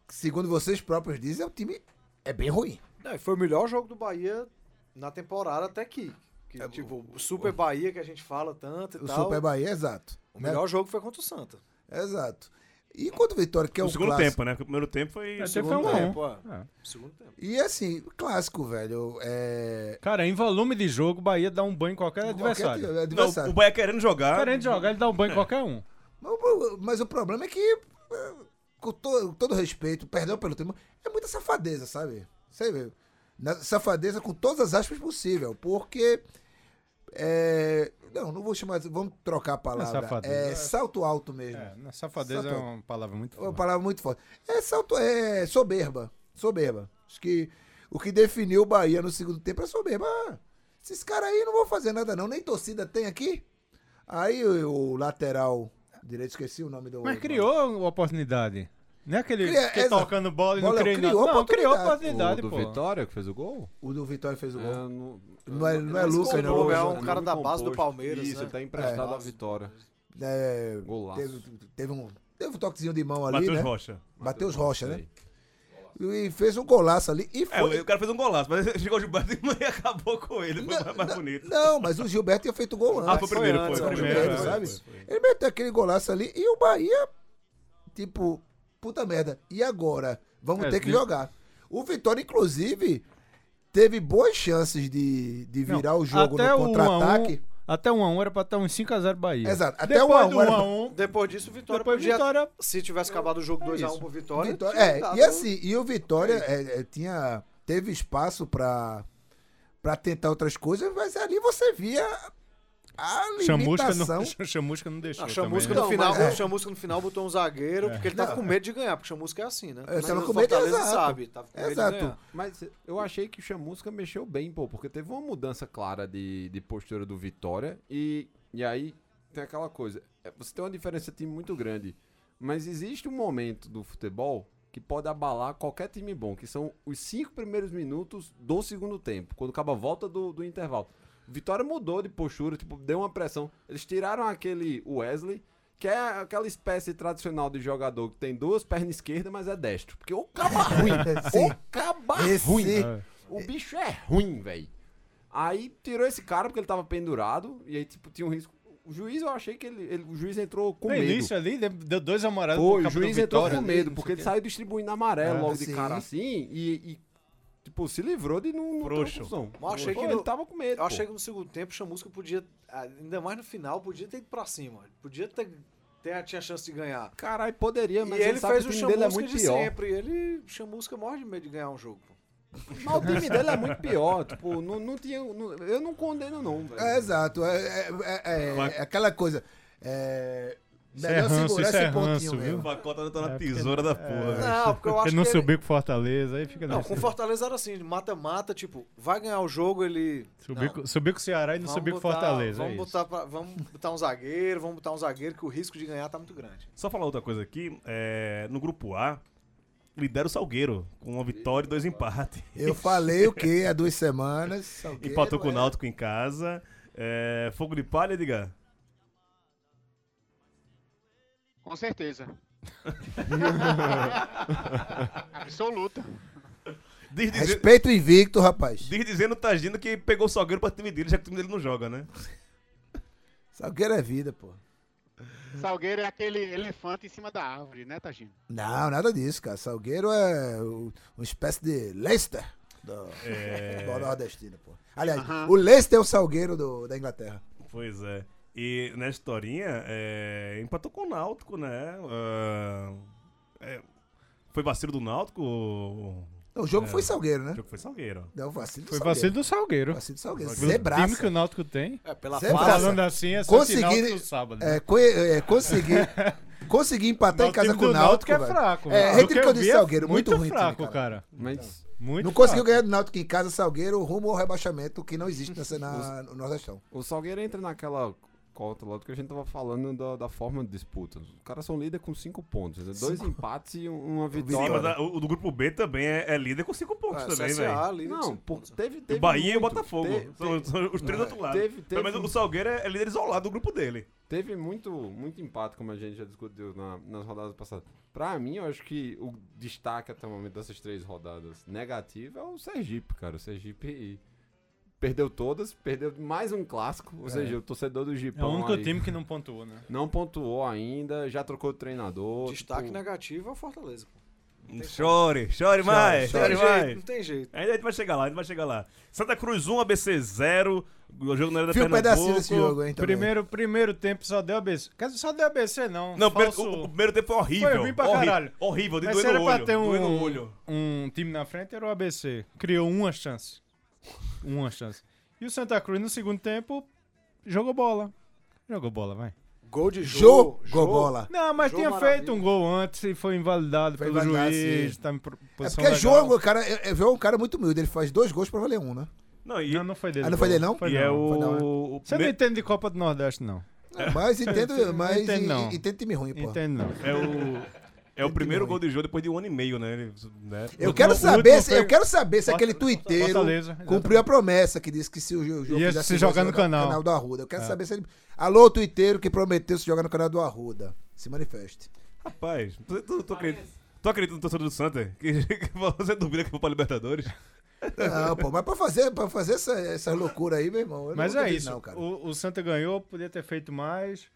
segundo vocês próprios dizem, é um time. É bem ruim.
Não, e foi o melhor jogo do Bahia na temporada até aqui. Que,
É,
tipo, o Super Bahia que a gente fala tanto e
O
tal.
Super Bahia, exato.
O
né?
melhor jogo foi contra o Santa.
Exato. E quanto Vitória, que é
No
um
segundo
clássico.
tempo, né? Porque o primeiro tempo foi.
Até foi um a um.
Tempo, é.
É.
Segundo tempo.
E assim, clássico, velho. É.
Cara, em volume de jogo, Bahia dá um banho em qualquer
qualquer
adversário.
ti-
Não,
adversário.
o Bahia querendo jogar.
Querendo jogar, ele dá um banho em qualquer um.
Mas o- Mas o problema é que, eh, com to- com todo respeito, perdão pelo termo, é muita safadeza, sabe? Você vê, na- safadeza com todas as aspas possível, porque. eh, não, não vou chamar. Vamos trocar a palavra. É,
safadeza.
salto alto mesmo.
É, não, safadeza
Safado.
é uma palavra muito
Uma
forte.
palavra muito forte. É salto. É soberba. Soberba. Acho que o que definiu o Bahia no segundo tempo é soberba. Ah, esses caras aí não vão fazer nada, não. Nem torcida tem aqui. Aí o, o lateral direito, esqueci o nome do.
Mas criou uma oportunidade. Não é aquele
Cria-
que
exa-
tocando bola e não
Bola,
criou
criou
nada. Não, criou
O
oportunidade,
do
pô.
Vitória que fez o gol?
O do Vitória fez o gol.
É, não,
Não é- não é Lucas,
não,
Lucas,
é um
né?
cara da base do
composto.
Palmeiras,
Isso,
né?
ele tá emprestado
É.
à Vitória.
É,
Golaço.
teve, teve um, teve um toquezinho de mão ali,
Matheus
né?
Rocha.
Matheus Rocha,
Isso
né?
aí.
E fez um golaço ali. E
É,
foi.
o cara fez um golaço, mas ele chegou de baixo e acabou com ele. Foi mais, mais
não,
bonito.
não, mas o Gilberto tinha feito gol
Ah, foi o
antes.
primeiro,
antes,
foi.
foi
foi
o
primeiro,
primeiro,
foi,
sabe?
foi, foi.
Ele meteu aquele golaço ali e o Bahia, tipo, puta merda. E agora? Vamos
É,
ter que
de-
jogar. O Vitória, inclusive, teve boas chances de, de
Não,
virar o jogo
até
no
o 1 a 1,
contra-ataque.
Até 1x1 era pra ter um uns 5x0 Bahia.
Exato, até
Depois
o 1 a 1
do
era-
1x1,
Depois disso, o Vitória
depois
podia...
Vitória...
Se tivesse acabado o jogo
É
2x1
isso.
pro Vitória...
Vitó-
tinha
é,
dado-
e assim, e o Vitória é, é, tinha, teve espaço pra, pra tentar outras coisas, mas ali você via a
Chamusca não, [laughs]
limitação. É,
chamusca não deixou
A Ah, Chamusca
também, né?
no,
Não,
final,
mas-
o Chamusca no final botou um zagueiro, porque ele tava com medo de ganhar, porque o Chamusca é assim, né?
É, tava
o
com medo,
Fortaleza
exato.
sabe, tava com medo de
Exato.
ganhar.
Mas eu achei que o Chamusca mexeu bem, pô, porque teve uma mudança clara de, de postura do Vitória e, e aí tem aquela coisa. é, Você tem uma diferença de time muito grande, mas existe um momento do futebol que pode abalar qualquer time bom, que são os cinco primeiros minutos do segundo tempo, quando acaba a volta do, do intervalo. Vitória mudou de postura, tipo, deu uma pressão. Eles tiraram aquele Wesley, que é aquela espécie tradicional de jogador que tem duas pernas esquerdas, mas é destro. Porque o caba ruim,
é, Sim.
o caba
Esse-
ruim.
É.
O bicho é ruim, velho. Aí tirou esse cara porque ele tava pendurado e aí tipo tinha um risco. O juiz eu achei que ele, ele- o juiz entrou com
No
medo.
início ali, deu- deu dois amorados pro
Foi, o
cabo do
juiz entrou
Vitória,
com
né?
medo
Não
porque
sei o
ele saiu distribuindo amarelo
É,
logo de
sim.
cara assim e, e, tipo se livrou de não, não ter
Frouxo.
confusão.
Mas eu achei
Pô,
que
ele
no-
tava com medo.
Eu
pô.
achei que no segundo tempo o Chamusca podia, ah, ainda mais no final, podia ter ido pra cima. Podia ter, ter tinha chance de ganhar.
Caralho, poderia,
E
mas
ele
sabe
fez
que
o
o time dele é
chamusca
muito
de
pior.
sempre. Ele chamusca morre de medo de ganhar um jogo. pô.
Mas o
[laughs]
time dele é muito pior. Tipo, não, não tinha. não- eu não condeno, não, velho.
É, exato. É, é- é- é-
Vai-
é aquela coisa. É,
Isso é
melhor
ranço,
segurar
isso
esse
é
pontinho
ranço,
mesmo.
O Facota tá na
É,
tesoura da porra.
Não, porque eu acho
Porque não
que ele-
subiu né? com Fortaleza, aí fica...
Não,
nessa.
com o Fortaleza era assim, mata-mata, tipo, vai ganhar o jogo, ele...
Subiu,
Não,
com- subiu com o Ceará e não
vamos
subiu com
botar-
Fortaleza,
Vamos,
é isso.
botar pra- vamos botar um zagueiro, vamos botar um zagueiro, que o risco de ganhar tá muito grande.
Só falar outra coisa aqui. é, no grupo A, lidera o Salgueiro, com uma vitória e dois empates.
Eu falei o quê? Há duas semanas. Salgueiro,
Empatou com o
é.
Náutico em casa. É, fogo de palha, diga.
Com certeza. Absoluta.
Diz, dizer-
Respeito o invicto, rapaz.
diz dizendo, tá agindo que pegou o Salgueiro pra time dele, já que o time dele não joga, né?
Salgueiro é vida, pô.
Salgueiro é aquele elefante em cima da árvore, né, Tagino?
Não, nada disso, cara. Salgueiro é o- uma espécie de Leicester [laughs] do
É.
futebol nordestino, pô. Aliás, o Leicester é o Salgueiro do- da Inglaterra.
Pois é. E na historinha, é, empatou com o Náutico, né? Ah, é, foi vacilo do Náutico? O
Não, o jogo foi Salgueiro, né?
jogo foi Salgueiro.
Não, vacilo do
É. Foi
Salgueiro.
vacilo do Salgueiro.
Vacilo do Salgueiro.
Pelo time que o
Zebraça.
Náutico tem.
É, pela
Sempre
fase...
Braça.
Falando assim, é só
Conseguir-
Conseguir... Náutico sábado. né?
É, co- é, consegui,
[laughs]
consegui empatar é, tá em
Mas o
casa
time
com o
do
Náutico,
é
velho.
fraco.
É,
velho.
retiro
Do
que eu disse,
vi é
Salgueiro, muito ruim time,
fraco,
cara.
cara.
Mas
Muito
Não conseguiu
fraco.
ganhar do Náutico em casa, Salgueiro, rumo ao rebaixamento que não existe nessa, na, no Nordestão.
O Salgueiro entra naquela cota lá do que a gente tava falando da, da forma de disputa. Os caras são líder com cinco pontos. né? Dois empates e um- uma
Sim, mas
vitória.
a- o o do grupo B também é, é líder com cinco pontos também, velho.
Não, pô, teve,
E
teve
O Bahia e o
muito.
Botafogo.
Te-
[laughs] são, são os três do outro lado.
teve-
Pelo
teve-
menos o Salgueiro é é líder isolado do grupo dele.
Teve muito, muito empate, como a gente já discutiu na- nas rodadas passadas. Pra mim, eu acho que o destaque até o momento dessas três rodadas negativo é o Sergipe, cara. O Sergipe perdeu todas, perdeu mais um clássico. Ou seja, o torcedor do
É o
Gipão
único
aí
time que não pontuou, né?
não pontuou ainda, já trocou o treinador.
Destaque
tipo,
negativo é o Fortaleza. pô.
Chore, chore mais,
Não
chore
tem jeito,
mais.
não tem jeito.
Ainda a gente vai chegar lá, a gente vai chegar lá. Santa Cruz 1, ABC 0. O jogo não era da
Viu um pedacinho
Pernambuco.
desse jogo, hein? Também.
Primeiro, primeiro tempo só deu ABC. Quer dizer, só deu ABC, não.
Não, o primeiro-
Um Falso-
o, o primeiro tempo foi horrível.
Foi ruim pra
horrível,
caralho.
Horrível, de
Mas
doer
se era
no
pra
olho.
ter um-
doer no olho.
um time na frente era o ABC. Criou uma chance. Uma chance. E o Santa Cruz no segundo tempo jogou bola. Jogou bola, vai.
Gol de
Jô,
jogo.
gol bola. É
Não, mas
Jogo
tinha
maravilha.
feito um gol antes e foi invalidado
Foi
pelo
invalidado,
juiz.
sim.
Tá em pro-
É
posição
porque é
legal.
jogo, o cara. É, é- Jô é um cara muito humilde. Ele faz dois gols pra valer um, né?
Não, e, é
Não, não foi dele.
Ah, não foi
gol.
dele, não?
Foi
e é
não, foi não, é.
o. o
Você não
primeiro-
entende de Copa do Nordeste, não.
Mas
[laughs]
entendo, mas
É. Entendo,
e-
não.
e- entendo time ruim, pô.
Entende, não.
É o. É o primeiro gol de jogo depois de um ano e meio, né? Ele- né?
Eu quero
o
saber,
último
se,
foi-
eu quero saber se aquele tuiteiro
Fortaleza,
cumpriu a promessa que disse que se o jogo
Ia se jogar no canal. É.
do Arruda. Eu quero saber se ele. Alô, tuiteiro que prometeu se jogar no canal do Arruda. Se
[laughs]
manifeste.
Rapaz, tu, tu, tu, acredita, tu acredita no torcedor do Santa? [laughs] Que, que você duvida que foi pra Libertadores?
Não, pô, mas pra fazer, pra fazer essa, essa loucura aí, meu irmão. eu
Mas
não
é
duvido
isso.
não, cara.
o, o Santa ganhou, podia ter feito mais.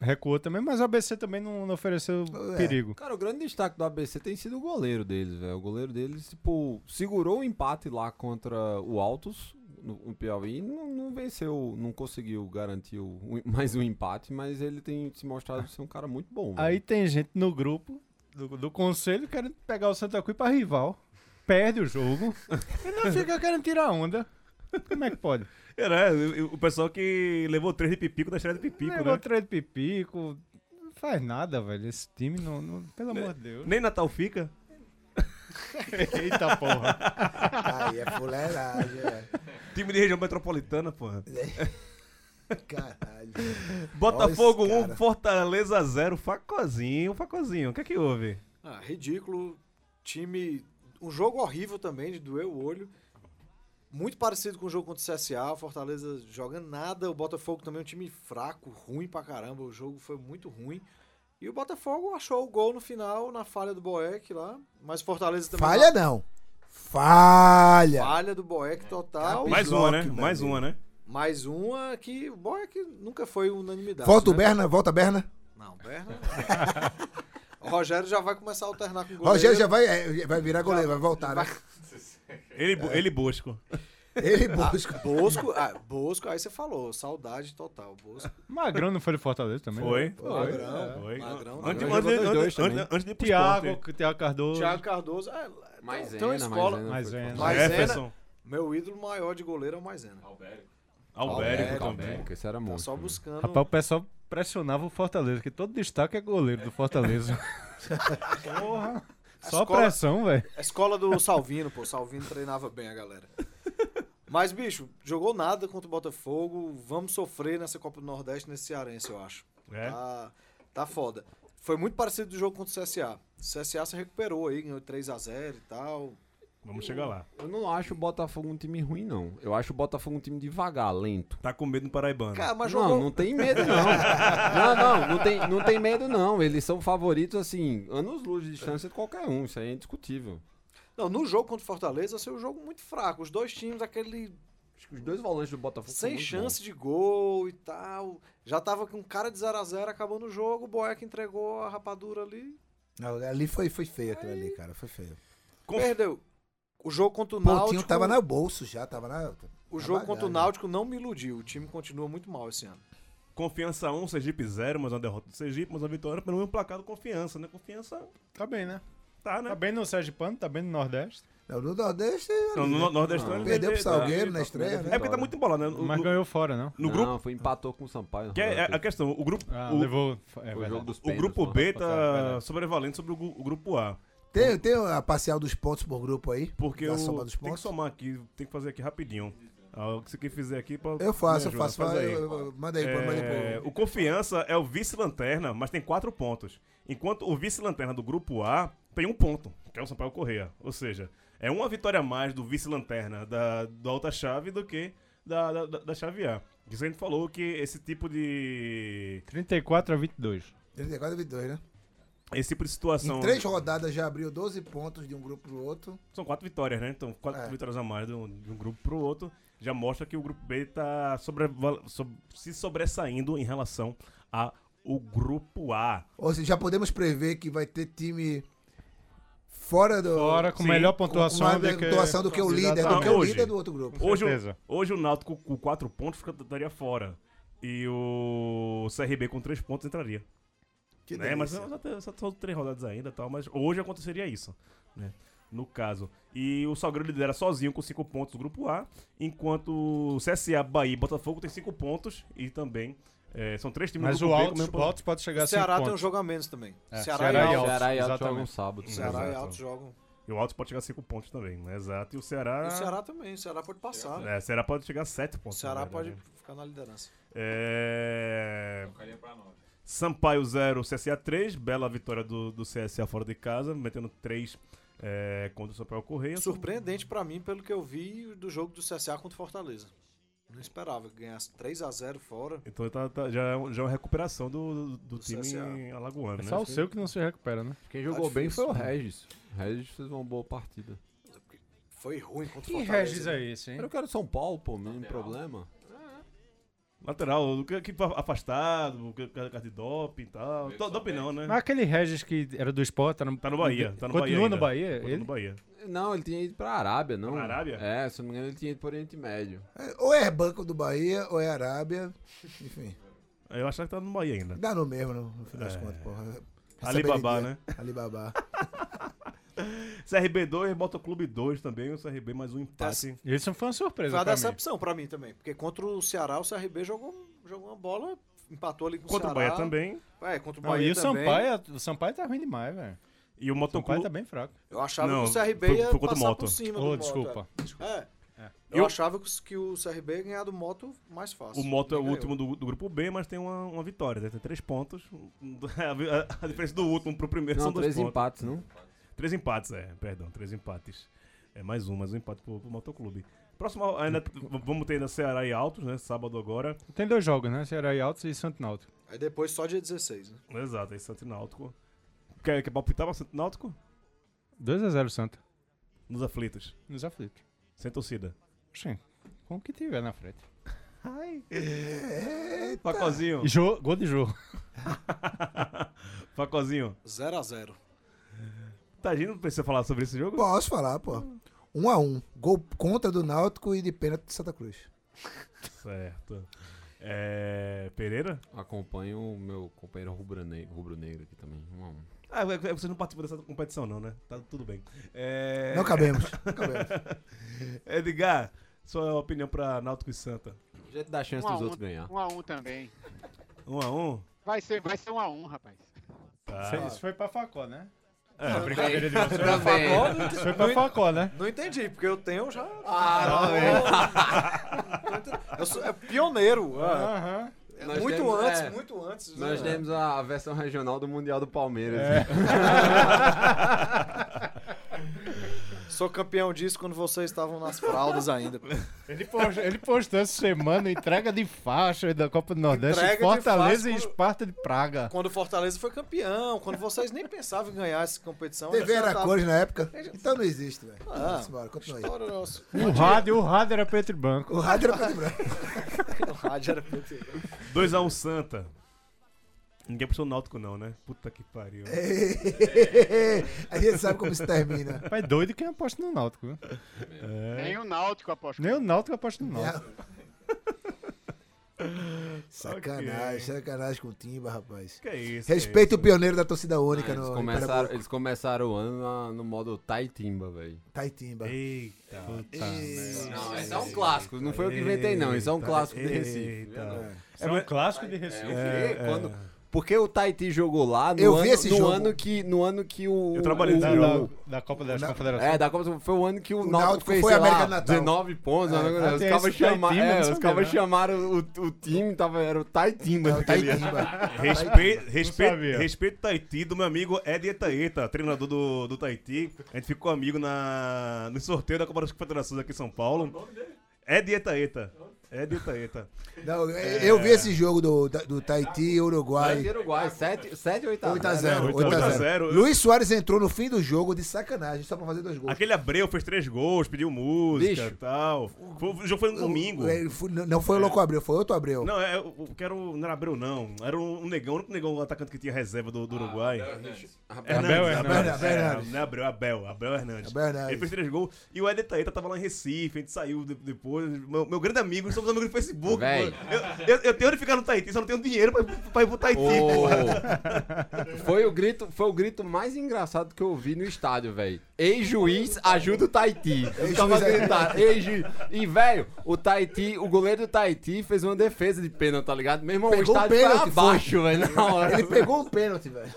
Recuou também, mas o ABC também não, não ofereceu
É.
perigo.
Cara, o grande destaque do ABC tem sido o goleiro deles, velho. O goleiro deles, tipo, segurou o empate lá contra o Altos, no, no Piauí, e não, não venceu, não conseguiu garantir o- o- [laughs] mais um empate, mas ele tem se mostrado ser um cara muito bom. velho.
Aí tem gente no grupo do, do conselho querendo pegar o Santa Cruz pra rival. Perde o jogo. e não fica querendo tirar onda. Como é que pode?
É, né? E- e O pessoal que levou três de pipico na estreia de pipico,
Levou
né?
três de pipico. Não faz nada, velho. Esse time não. não- pelo amor
[laughs]
de Deus.
Nem Natal fica.
Eita porra.
Aí é fuleiragem, é velho.
Time de região metropolitana, porra.
Caralho.
Botafogo
Olha esse
1,
cara.
Fortaleza 0. Facozinho, facozinho. O que é que houve?
Ah, ridículo. Time. Um jogo horrível também, de doer o olho. Muito parecido com o jogo contra o CSA, o Fortaleza jogando nada. O Botafogo também é um time fraco, ruim pra caramba. O jogo foi muito ruim. E o Botafogo achou o gol no final, na falha do Boeck lá. Mas o Fortaleza também.
Falha não. Falha.
Falha do Boeck total.
Mais
Slock,
uma, né?
meu
Mais
amigo.
uma, né?
Mais uma que. O Boeck nunca foi unanimidade.
Volta o
né?
Berna, volta Berna.
Não, Berna.
[laughs]
o Rogério já vai começar a alternar com o goleiro.
Rogério já vai, é, vai virar goleiro, vai voltar, né?
Ele,
É.
ele Bosco.
[laughs]
Ele busca.
Bosco, ah, Bosco, aí você falou, saudade total. Bosco,
Magrão não foi do Fortaleza também? né?
Foi.
Magrão,
Foi.
Magrão,
Antes,
Magrão
antes,
jogou dois, dois
antes,
também.
antes, antes de ir pros
Thiago,
pontos.
que- Thiago Cardoso.
Thiago Cardoso, é, mais
Maisena,
então escola.
Maisena
Mas
foi
é, né?
Mas-
Jefferson.
Meu ídolo maior de goleiro é o Maisena.
Albérico
Albérico,
também.
Albérico, esse era
Tá
monstro.
só
né?
buscando.
Rapaz, o pessoal pressionava o Fortaleza, que todo destaque é goleiro do Fortaleza. [laughs] Porra. Só
escola-
pressão, velho.
A escola do Salvino, pô. Salvino treinava bem a
[laughs]
galera. Mas, bicho, jogou nada contra o Botafogo. Vamos sofrer nessa Copa do Nordeste, nesse Cearense, eu acho.
É.
Tá, tá foda. Foi muito parecido do jogo contra o CSA. O CSA se recuperou aí, ganhou 3x0 e tal.
Vamos chegar lá.
Eu não acho o Botafogo um time ruim, não. Eu acho o Botafogo um time devagar, lento.
Tá com medo no Paraibano.
Cara, mas
não,
jogou.
não tem medo, não. não, não, não tem, não tem medo, não. Eles são favoritos, assim, anos-luz de distância de qualquer um. Isso aí é indiscutível.
Não, no jogo contra o Fortaleza, foi um jogo muito fraco. Os dois times, aquele
Acho que os dois volantes do Botafogo são
sem
muito
chance de gol e tal. Já tava com cara de 0 a 0 acabando o jogo, o Boeck entregou a rapadura ali,
Não, ali foi, foi feio aquilo ali, cara. Foi feio.
Com-
perdeu. O jogo contra o
O Pontinho
tipo,
Náutico,
tava no bolso já, tava na.
o jogo
na
contra o
bagagem.
Náutico não me iludiu. O time continua muito mal esse ano.
Confiança 1, Sergipe 0, mas uma derrota do Sergipe, mas uma vitória pelo mesmo placar do Confiança, né? Confiança
Tá bem, né?
tá,
Tá
né?
bem no Sérgio Pano, tá bem no Nordeste.
Não, no Nordeste.
Não, no Nordeste
Não,
ele
Perdeu pro
tá.
Salgueiro na
tá.
estreia, né?
É porque tá muito embolado, né? No,
Mas
no-
ganhou fora, não?
no
não,
grupo.
foi empatou com o Sampaio.
Que é, é a questão, o grupo.
Ah,
o,
levou. É,
o
verdade.
jogo dos
o
pênaltis,
grupo
né?
B
Verdade,
tá
verdade.
sobrevalente sobre o, gu- o grupo A.
Tem, tem a parcial dos pontos por grupo aí?
Porque
Da
o.
soma dos
Tem que
pontos?
somar aqui, tem que fazer aqui rapidinho. Ah, o que você fizer aqui pra,
Eu faço,
me
eu
ajuda,
faço.
Né, faz
vai,
aí.
eu- eu- manda aí, pô, manda
É,
aí, pô.
o Confiança é o vice-lanterna, mas tem quatro pontos. Enquanto o vice-lanterna do grupo A tem um ponto, que é o Sampaio Correia. Ou seja, é uma vitória a mais do vice-lanterna da, da alta chave do que da, da, da- da chave A. Isso a gente falou que esse tipo de.
34 a 22.
34 e 22, né?
Esse tipo de situação.
Em três rodadas já abriu 12 pontos de um grupo pro outro.
São quatro vitórias, né? Então, quatro
É.
vitórias a mais de um, de um grupo pro outro. Já mostra que o grupo B tá sobreval- sob- se sobressaindo em relação ao grupo A.
Ou seja, já podemos prever que vai ter time fora do.
Fora com
Sim,
melhor
com
pontuação
mais
do que...
pontuação do que o líder, do
Exatamente.
que o
Hoje.
líder do outro grupo.
Com
Hoje, o-
certeza.
hoje o Náutico com 4 pontos fica- estaria fora. E o CRB com 3 pontos entraria.
Que
né? Mas
delícia.
só, tem- só são 3 rodadas ainda e tal. Mas hoje aconteceria isso. Né? No caso. E o Salgueiro lidera sozinho com 5 pontos do grupo A. Enquanto o CSA, Bahia e Botafogo tem 5 pontos. E também. eh, são três times
Mas
do
o
grupo B com
Altos,
mesmo
o Altos pode chegar
O
a 5
Ceará tem um
pontos.
jogo a menos também.
É,
Ceará,
Ceará e
e
Altos.
Altos.
Ceará e Alto jogam
um
exatamente.
né?
sábado.
Ceará e
Exato.
Altos jogam.
E o Altos pode chegar a 5 pontos também, né? Exato. E o
E
Ceará.
o Ceará Ah, também. O Ceará pode passar.
É, o Ceará pode chegar a 7
O
pontos. na
Ceará
verdade,
pode
né?
ficar na liderança.
É... Sampaio 0, CSA 3. Bela vitória do, do CSA fora de casa, metendo 3 contra o Sampaio Correia.
Surpreendente pra mim, pelo que eu vi do jogo do CSA contra o Fortaleza. Não esperava que ganhasse 3x0 fora.
Então tá- tá- já, é um- já é uma recuperação do, do, do
Do
time
CSA.
alagoano.
É
né?
só o seu que não se recupera, né?
Quem jogou bem foi
difícil,
o Regis. O Regis fez uma boa partida.
Foi ruim contra o
Que
Fortaleza.
Regis é esse, hein?
Eu quero São Paulo, pô, mínimo problema.
Lateral, que, que afastado, que- que- cara de doping e tal. Do- Doping não, né?
Mas aquele Regis que era do esporte, tá no,
Tá no Bahia. Tá no Bahia
Continua
ainda.
no Bahia?
Continua
ele?
no Bahia.
Não, ele tinha ido pra Arábia, não?
Pra Arábia?
É, se eu não me engano, ele tinha ido pro Oriente Médio.
É, Ou é banco do Bahia, ou é Arábia. Enfim.
Eu achava que tava no Bahia ainda.
Dá no mesmo, no, no fim das contas, porra.
É. Alibaba, né?
Alibaba.
CRB 2, Motoclube 2 também. O CRB mais um empate.
Isso foi uma surpresa
Foi uma
pra mim.
decepção pra mim também. Porque contra o Ceará, o CRB jogou, um, jogou uma bola, empatou ali com
Contra
o
o
Ceará.
Bahia também.
É, contra o
Não,
Bahia
e o
também.
é-
Sampaio, o Sampaio tá ruim demais, velho.
E o
O Sampaio
Motoclube.
tá bem fraco.
Eu achava
Não,
que o CRB
foi-
ia
foi contra o
passar
Moto.
por cima do
Oh,
Moto,
desculpa.
É.
É.
Eu,
Eu-
achava que os- que o CRB ia ganhar do Moto mais fácil.
O Moto é o
Ganhou.
último do, do grupo B, mas tem uma, uma vitória, né? Tem três pontos. [laughs] A, a- a diferença do último pro primeiro
Não,
são dois
três
pontos.
empates, não?
Três empates, é, perdão, três empates. É mais um, mais um empate pro, pro Motoclube. Próximo, ainda t- v- vamos ter ainda Ceará e Altos, né? Sábado agora.
Tem dois jogos, né? Ceará e Altos e Santo Náutico.
Aí depois só dia 16, né?
Exato, aí Santo e Náutico. Quer, quer palpitar pra Santo e Náutico?
2x0 Santo.
Nos aflitos.
Nos aflitos.
Sem torcida.
Sim. Com o que tiver na frente.
Facozinho.
Jo- Gol de jogo.
Facozinho.
0x0.
Tadinho, Tá, não precisa falar sobre esse jogo?
Posso falar, pô. Um a um. Gol contra do Náutico e de pênalti de Santa Cruz.
Certo. É, Pereira?
Acompanho o meu companheiro rubro-negro aqui também. Um a um.
Ah, é- é- você não participou dessa competição, não, né? Tá tudo bem. É...
Não cabemos. Não cabemos.
Edgar, sua opinião pra Náutico e Santa?
O jeito da chance
Um a
dos
um,
outros ganhar.
Um a um também.
Um a um?
Vai ser, vai ser um a um, rapaz.
Ah.
Isso, isso foi pra Facó, né?
É,
Brincadeira de você.
Ó, não
Isso foi pra Facó, né?
Não entendi, porque eu tenho já.
Ah,
Eu sou é pioneiro. é.
Aham.
Nós
muito
demos-
antes,
é.
muito antes.
Nós
né?
demos a a versão regional do Mundial do Palmeiras. né?
Sou campeão disso quando vocês estavam nas fraldas ainda.
Ele, postou, ele postou essa semana entrega de faixa da Copa do Nordeste.
Entrega de
Fortaleza
faixa
e
com-
Esparta de Praga.
Quando o Fortaleza foi campeão, quando vocês nem pensavam em ganhar essa competição.
TV
já
era
tava-
cores na época? Então não existe, velho.
Ah,
Vamos embora, continua aí.
História nossa. [laughs]
O rádio, o rádio era preto e branco.
O rádio era preto e branco.
O rádio era preto e branco.
2x1 Santa. Ninguém puxou o Náutico, não, né? Puta que pariu.
[laughs] É A gente sabe como isso termina.
Pai é doido quem aposta no Náutico, viu?
Nem o Náutico aposto.
Nem o Náutico aposta
É.
no
É
Náutico.
Sacanagem, sacanagem com o Timba, rapaz.
Que é isso? que é
Respeita o pioneiro da torcida única
eles,
no
começaram, eles começaram o ano na- no modo Taitimba, velho.
Taitimba.
isso? Eita.
Não, esse é um clássico. é Não foi eu que inventei, não. Isso é um clássico de um Recife.
Eita.
É um clássico de
É,
Recife.
eu vi, quando, Porque o Tahiti jogou lá no,
Eu vi
ano,
esse
no
jogo.
ano que no ano que o
Eu trabalhei
o,
nesse
Da,
jogo.
da- da Copa das
Na-
Confederações.
É, da Copa foi o ano que
O
o, Náutico,
Náutico
fez,
foi
sei
a América
lá,
do Natal.
19 pontos,
É.
né?
Ah,
os
tem
caras
esse Taiti,
chama-
mas
é,
não
os
sabia,
caras
né?
chamaram o, o time, tava, era o né? Taitimba.
É o Taitiba.
[laughs] Respeito, respeito,
sabia.
respeito Tahiti do meu amigo Ed Etaeta, treinador do, do Tahiti. A gente ficou amigo na, no sorteio da Copa das Confederações aqui em São Paulo. Ed Etaeta. Ed Etaeta.
Não,
É.
eu vi esse jogo do, do Tahiti e Uruguai.
Uruguai, 7, 7 8
8 a 0
8 Tá a
8 a
0.
0 Luiz Soares entrou no fim do jogo de sacanagem, só pra fazer dois gols.
Aquele Abreu fez três gols, pediu música e
Bicho.
tal. Foi- o jogo foi no domingo.
Ele foi- não foi o Louco Abreu, foi outro Abreu.
Não, é, eu eu quero. Não era Abreu, não. Era um negão, o único negão atacante que tinha reserva do,
Ah,
do Uruguai.
Abel Hernandes.
Abel Hernandes.
É, não é Abreu, Abel, Abel Hernandes.
Abel Hernandes.
Ele fez três gols. E o Ed Taeta tava lá em Recife, a gente saiu de- depois. Meu, meu grande amigo, somos amigos do Facebook.
Véi.
pô. Eu, eu, eu tenho onde ficar no Tahiti, só não tenho dinheiro pra, pra ir pro Tahiti.
Ô, foi o grito, foi o grito mais engraçado que eu ouvi no estádio, velho. Ex-juiz ajuda o Tahiti. Eu tava gritando, ex-juiz. E velho, o Tahiti, o goleiro do Tahiti fez uma defesa de pênalti, tá ligado? Meu irmão,
Pegou
o
o
estádio foi
pênalti, foi.
abaixo, velho, na hora.
Ele pegou um pênalti, velho.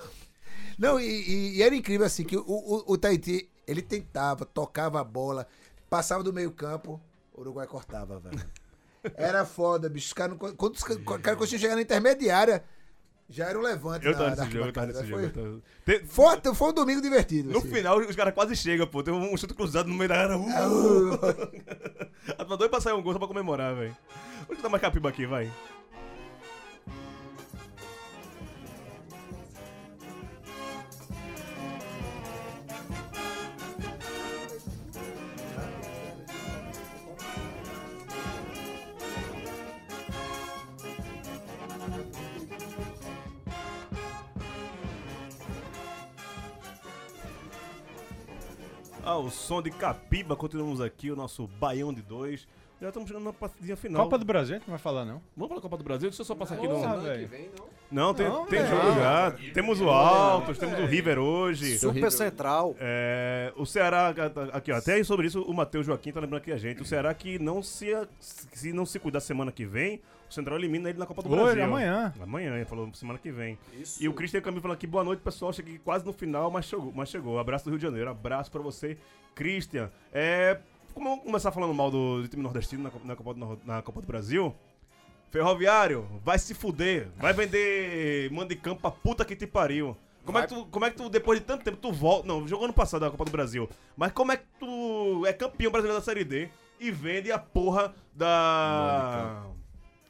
Não, e, e- e era incrível assim, que o, o, o Tahiti, ele tentava, tocava a bola, passava do meio campo, o Uruguai cortava, velho.
[laughs]
Era foda, bicho. Os caras não- Quando os caras quando conseguiam chegar na intermediária, já era um levante
eu
na,
tava
na
nesse jogo, eu tava
arquibancada,
nesse
né?
jogo. eu tava- Te-
Foi, foi, foi um domingo divertido.
No
assim.
final, os caras quase chegam, pô. Teve um chute cruzado no meio da área. Uh! Ah, tá doido pra sair um gol só pra comemorar, velho. Onde tá mais capiba aqui, vai? Ao Ah, som de capiba, continuamos aqui o nosso baião de dois. Já estamos chegando na partidinha final.
Copa do Brasil, a gente não vai falar, não.
Vamos pela Copa do Brasil? Deixa eu só passar aqui
Porra,
no.
velho.
Não, tem,
Não,
tem
velho.
jogo já. Temos o Altos, temos o River hoje.
Super Central.
É, o Ceará, aqui ó, até aí sobre isso, o Matheus Joaquim tá lembrando aqui a gente. O Ceará que não se, se não se cuidar semana que vem, o Central elimina ele na Copa do
Hoje,
Brasil.
amanhã.
Amanhã, ele falou semana que vem.
Isso.
E o Christian Camilo falando aqui, boa noite pessoal, cheguei quase no final, mas chegou. Mas chegou. Abraço do Rio de Janeiro, abraço pra você, Christian. É, como vamos começar falando mal do, do time nordestino na, Copa- na Copa do, Nor- na Copa do Brasil? Ferroviário, vai se fuder. Vai vender mando de campo pra puta que te pariu. Como é que, tu, como é que tu, depois de tanto tempo, tu volta. Não, jogou ano passado na Copa do Brasil. Mas como é que tu é campeão brasileiro da Série D e vende a porra da.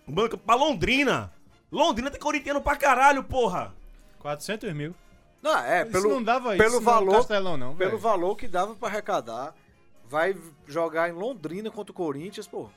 Mando de campo pra Londrina! Londrina tem corintiano pra caralho, porra!
400 mil.
Não, é,
Isso
pelo,
não dava isso
pelo
no
valor,
Castelão, não,
Pelo
velho.
valor que dava pra arrecadar, vai jogar em Londrina contra o Corinthians, pô.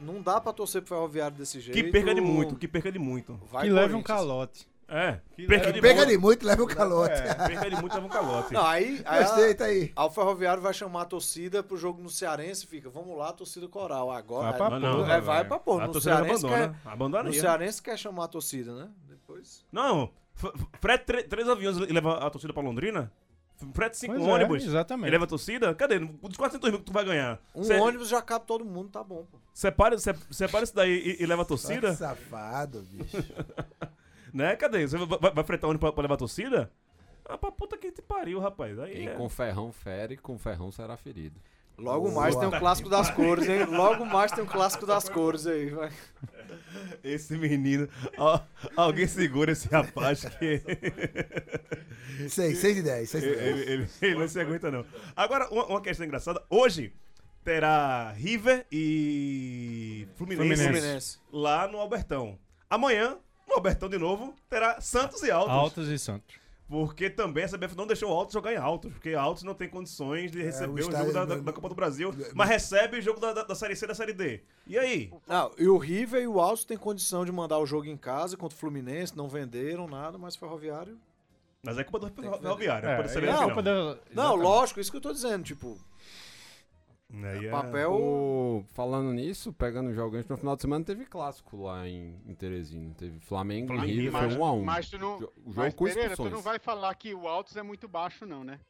Não dá pra torcer pro Ferroviário desse jeito.
Que perca de muito, que perca de muito.
Vai
Que leve um
Corinthians.
calote.
É,
Que
perca
leve-
de
Pega
muito.
de muito, leva o calote.
É.
Perca de muito, leva um calote.
Não, aí, aí
Gostei,
a-
tá aí.
Aí o Ferroviário vai chamar a torcida pro jogo no Cearense fica, vamos lá, torcida coral. Agora
Vai pra
é,
porra,
é, vai, pra porra.
A
No
torcida
Cearense,
abandona. né?
quer, no
Abandonaria.
Cearense quer chamar a torcida, né? Depois.
Não, F- F- frete tre- três aviões e leva a torcida pra Londrina? F- Frete [laughs] cinco
Pois é,
ônibus
exatamente.
e leva a torcida? Cadê? Dos 400 mil que tu vai ganhar.
Um
Cê-
ônibus já cabe todo mundo, tá bom, pô.
Separa, se- separa isso daí e, e leva a
Olha que
torcida?
safado, bicho.
Né? Cadê? Você vai, vai- vai fretar ônibus pra, pra levar a torcida? Ah, pra puta que te pariu, rapaz. Aí
Quem
é.
com ferrão fere, com ferrão será ferido.
Logo mais tem um clássico das cores, hein? Logo mais tem um clássico das cores aí, vai.
Esse menino. Al- alguém segura esse rapaz que. [laughs]
6, 6 de 10, 6 de
Ele,
10.
ele- ele- ele não se aguenta, não. Agora, uma, uma questão engraçada. Hoje terá River e Fluminense,
Fluminense.
lá no Albertão. Amanhã, no Albertão de novo, terá Santos e Altos.
Altos e Santos.
Porque também a CBF não deixou o Altos jogar em Altos, porque Altos não tem condições de receber
o
o, jogo
estádio-
da, da- da Copa do Brasil, mas recebe o jogo da, da, da Série C e da Série D. E aí?
Não, Ah, e o River e o Alto têm condição de mandar o jogo em casa contra o Fluminense, não venderam nada, mas o Ferroviário.
Mas é um. culpa do Ferroviário,
É,
pode ser
e a
não.
Copa da-
Não,
exatamente.
lógico, isso que eu tô dizendo, tipo,
Aí é-
papel.
O- falando nisso, pegando jogante, no final de semana teve clássico lá em, em Teresina. Teve Flamengo,
Flamengo
e River,
mas,
foi 1 a 1
mas tu não,
Jo- jogo
mas,
com
Pereira, tu
expulsões.
não vai falar que o Altos é muito baixo, não, né?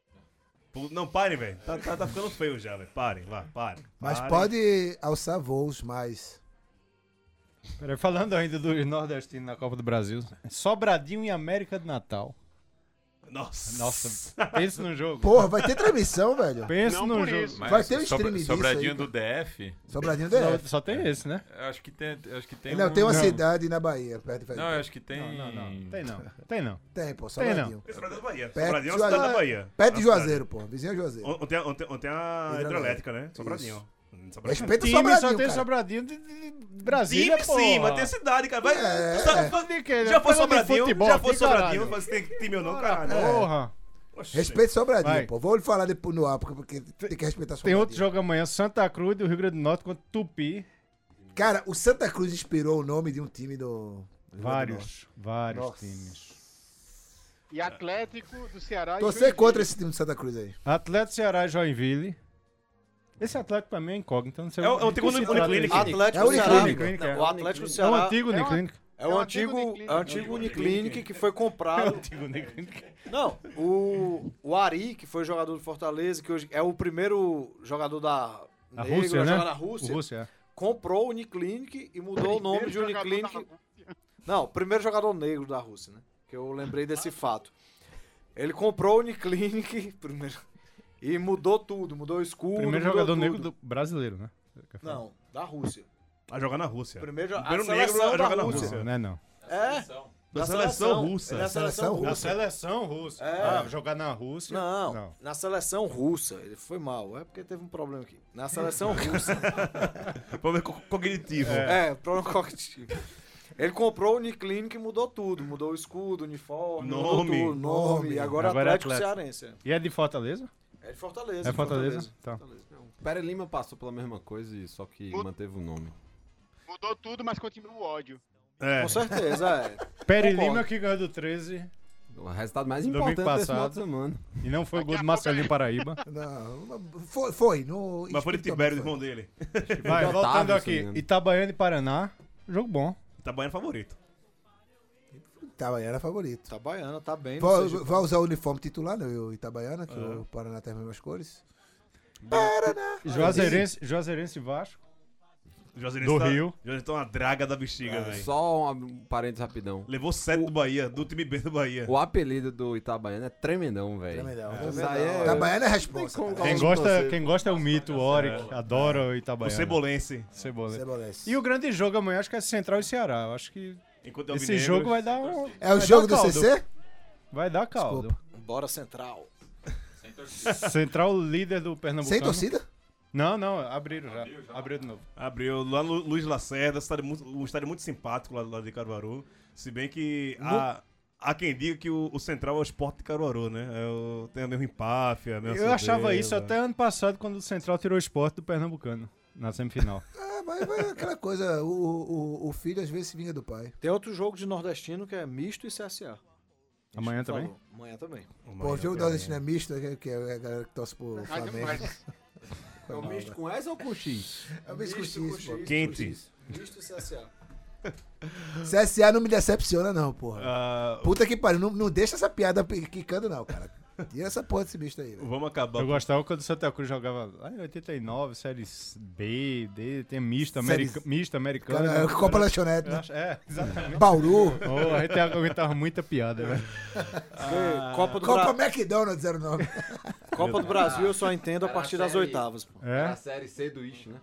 Pô, Não, parem, velho. Tá, tá, tá ficando feio já, velho. Parem, vá, parem.
Mas
parem.
pode alçar voos mais.
Peraí, falando ainda dos nordestinos na Copa do Brasil, Sobradinho e América de Natal.
Nossa.
Nossa, pensa no jogo.
Porra, vai ter transmissão, velho.
pensa
Não
no
por
jogo.
isso.
Mas
Vai ter
sobra-
um streaming disso
Sobradinho
aí,
do DF?
Sobradinho
Só,
DF.
só tem esse, né?
eu Acho que tem. eu Acho que tem
Não,
um-
tem uma
Não.
cidade na Bahia, perto de
Não, eu acho que tem.
Não, não, não. Tem não. Tem não.
Tem, pô,
Tem, não.
Sobradinho.
Esse Sobradinho é da Bahia.
Perto
Sobradinho é
de
uma cidade
Juazeiro.
da Bahia.
Perto de
É uma cidade.
Juazeiro, pô. Vizinho é Juazeiro.
Ontem, ontem, ontem a hidrelétrica, né? Sobradinho. Hum, Sobradinho.
Respeita o
Time só
Sobradinho,
tem
cara.
Sobradinho de, de de Brasília,
Time
pô.
sim, mas tem cidade, cara. Vai,
É,
sabe,
é.
fa-
De quê?
Já foi
Falando em
Sobradinho,
futebol,
já foi
que
Sobradinho,
caralho.
mas tem time ou não, caralho.
Porra.
Oxe.
Respeita o Sobradinho,
Vai.
pô. Vou lhe falar depois no ar, porque- porque tem que respeitar o Sobradinho.
Tem outro jogo amanhã, Santa Cruz do Rio Grande do Norte contra Tupi.
Cara, o Santa Cruz inspirou o nome de um time do... do Rio Grande do Norte.
Vários, vários
Nossa.
times.
E Atlético do Ceará. e
Torcer
Juventude.
contra esse time do Santa Cruz aí.
Atlético Ceará e Joinville. Esse Atlético pra mim é incógnito. eu Não sei
É o- é o
de que
segundo
se trata
Uniclinic.
É
ele.
o
Atlético
Uniclinic,
Ceará.
é.
Não, O Atlético
É o
Ceará
antigo Uniclinic.
é o antigo, é o antigo Uniclinic que foi comprado
Antigo Uniclinic.
Não, o, o Ari, que foi jogador do Fortaleza, que hoje é o primeiro jogador da
Na
negra
Rússia,
a
né?
jogar na
O
Rússia,
Rússia, é.
comprou o Uniclinic e mudou o nome de
Primeiro jogador da
Uniclinic. Não, primeiro jogador negro da Rússia, né? Que eu lembrei desse fato. Ele comprou o Uniclinic [laughs] primeiro e mudou tudo, mudou o escudo,
Primeiro
mudou
jogador
tudo.
negro do- brasileiro, né?
Não, da Rússia.
A jogar na Rússia.
Primeiro, jo-
Primeiro
a
negro
seleção
a
da
jogar na
Rússia.
Rússia.
Não é não.
É,
Da
é
seleção russa.
Da seleção
Seleção
russa.
russa.
seleção russa.
É.
Ah, jogar na Rússia.
Não,
Não.
na seleção russa. Ele foi mal, é porque teve um problema aqui. Na
[laughs]
seleção russa.
Problema co- cognitivo.
é, problema cognitivo. Ele comprou o Uniclinic e mudou tudo. Mudou o escudo, o uniforme, mudou
Nome.
tudo, nome. E agora,
Agora é
Atlético
Atlético.
Cearense. é.
E é de Fortaleza?
É de Fortaleza.
É
de
Fortaleza? Tá.
Pere Lima passou pela mesma coisa, e só que
O-
manteve o nome.
Mudou tudo, mas continua o ódio.
É.
Com certeza, é.
Peri
Concordo.
Lima que ganhou do 13
O resultado mais
Domingo
importante desse final
passado.
de semana.
e não foi gol do Marcelinho Paraíba.
Não, foi, foi. No,
Mas foi de Tibério, irmão dele.
Vai,
Otávio,
voltando
se
aqui.
não me engano.
Itabaiana e Paraná. Jogo bom.
Itabaiana Tá favorito.
Itabaiana é favorito.
Tá baiana, tá bem.
Vai,
não seja-
vai usar o uniforme titular, né? O Itabaiana, que
É.
o Paraná tem as mesmas cores.
Juazeirense, Juazeirense e Vasco.
Juazeirense
Do
tá,
Rio.
Juazeirense tá uma draga da bexiga, velho.
Só um, um parênteses rapidão.
Levou sete do Bahia, do time B do Bahia.
O apelido do Itabaiano é tremendão, velho.
Tremendão.
Isso aí é-
Itabaiana é a resposta.
Tem como
cara.
Quem
Vamos
gosta,
torcer.
quem gosta é o mito, o Oric. Adora o
O
Itabaiana.
Cebolense.
Cebola.
Cebolese.
E o grande jogo amanhã, acho que é Central e Ceará. Eu acho que
Enquanto é
esse jogo vai dar um.
É o
vai
jogo
dar
do
caldo.
CC?
Vai dar caldo.
Bora Central.
Central líder do Pernambuco.
Sem torcida?
Não, não, abriram já. Abriu de novo.
Abriu lá no Luiz Lacerda, estádio muito- um estádio muito simpático lá, lá de Caruaru. Se bem que há, há quem diga que o, o Central é o esporte de Caruaru, né? É o- tem a mesma empáfia, a mesma
Eu achava
surdeza.
isso até ano passado, quando o Central tirou o esporte do Pernambucano, na semifinal.
Ah, mas vai aquela coisa. O, o, o filho às vezes se vinga do pai.
Tem outro jogo de nordestino que é misto e CSA.
Amanhã
Falou.
também?
Amanhã também.
Pô, o jogo da Argentina é misto, né, que é a galera que torce pro
Mas,
Flamengo.
mas
É o misto com S ou com X?
É o mesmo X, pô.
Quente.
Misto e CSA.
CSA não me decepciona, não, porra.
Ah,
Puta que pariu. Não, não deixa essa piada p- quicando, não, cara. Tira essa porra desse misto aí, velho.
vamos acabar.
Eu gostava quando o Santa Cruz jogava lá em 89, séries B, D, tem misto,
Séries-
america, misto americano.
Cara, é Copa Lanchonete,
Eu
né?
acho- É, exatamente.
Bauru.
Oh, a gente aguentava muita piada, velho.
Porque Copa do
Copa
Bra-
McDonald's era o nome.
Copa do Brasil eu só entendo a
Era a
partir das
série-
oitavas. né? pô.
Era a
É?
série C do Ixi, né?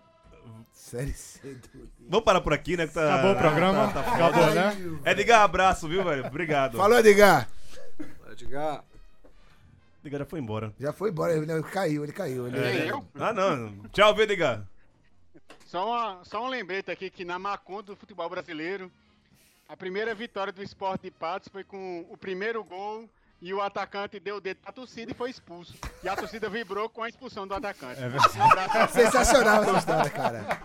Série C do
Vamos parar por aqui, né? Que tá...
Acabou o programa? Acabou, né?
Edgar, abraço, viu, velho? Obrigado.
Falou, Edgar.
Edgar.
Edgar já foi embora.
Já foi embora, ele ele caiu, ele caiu. Ele...
quem eu?
Ah, não. Tchau, viu, Edgar?
Só, uma- só um lembrete aqui que na Maconda do futebol brasileiro, a primeira vitória do esporte de Patos foi com o primeiro gol e o atacante deu o dedo pra torcida e foi expulso. E a torcida vibrou com a expulsão do atacante. Um abraço a
Sensacional essa história, cara.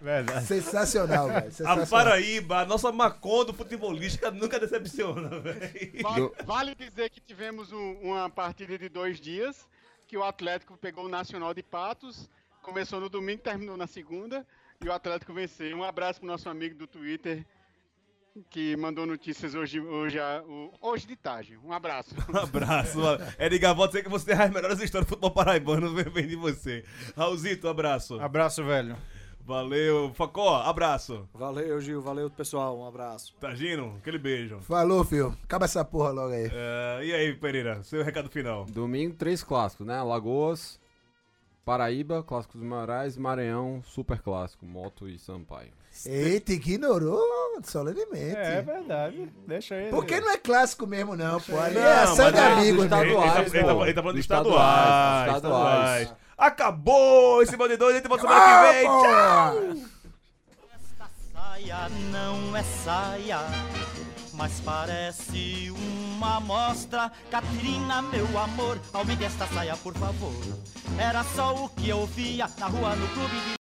Verdade.
Sensacional, velho.
A
Sensacional.
Paraíba, a nossa Macondo futebolística nunca decepciona, velho.
Va-
Do-
Vale dizer que tivemos um- uma partida de dois dias, que o Atlético pegou o Nacional de Patos, começou no domingo, terminou na segunda, e o Atlético venceu. Um abraço pro nosso amigo do Twitter, que mandou notícias hoje, hoje, a- o- hoje de tarde. Um abraço.
Um abraço, mano. Edgar, pode ser que você é [laughs] tenha as melhores histórias do futebol paraibano, vem vem de você. Raulzito, um abraço.
Abraço, velho.
Valeu, Facó, abraço.
Valeu, Gil. Valeu, pessoal. Um abraço.
Tagino, aquele beijo.
Falou, filho. Acaba essa porra logo aí.
É, e aí, Pereira, seu recado final.
Domingo, três clássicos, né? Lagoas, Paraíba, Clássico dos Moraes, Maranhão, Super Clássico, Moto e Sampaio.
Eita, ignorou solenemente.
É verdade. Deixa ele.
Porque não é clássico mesmo, não, pô. Ali
Não,
é sangue
mas é
amigo,
dos
né?
Estaduais,
ele, tá, ele,
pô.
tá, ele tá falando de
Dos
estaduais.
estaduais,
estaduais.
estaduais. Ah,
Acabou esse Band 2, a gente volta semana que vem. Tchau.
Esta saia não é saia, mas parece uma amostra. Catrina, meu amor, aumente esta saia, por favor. Era só o que eu via na rua, no clube de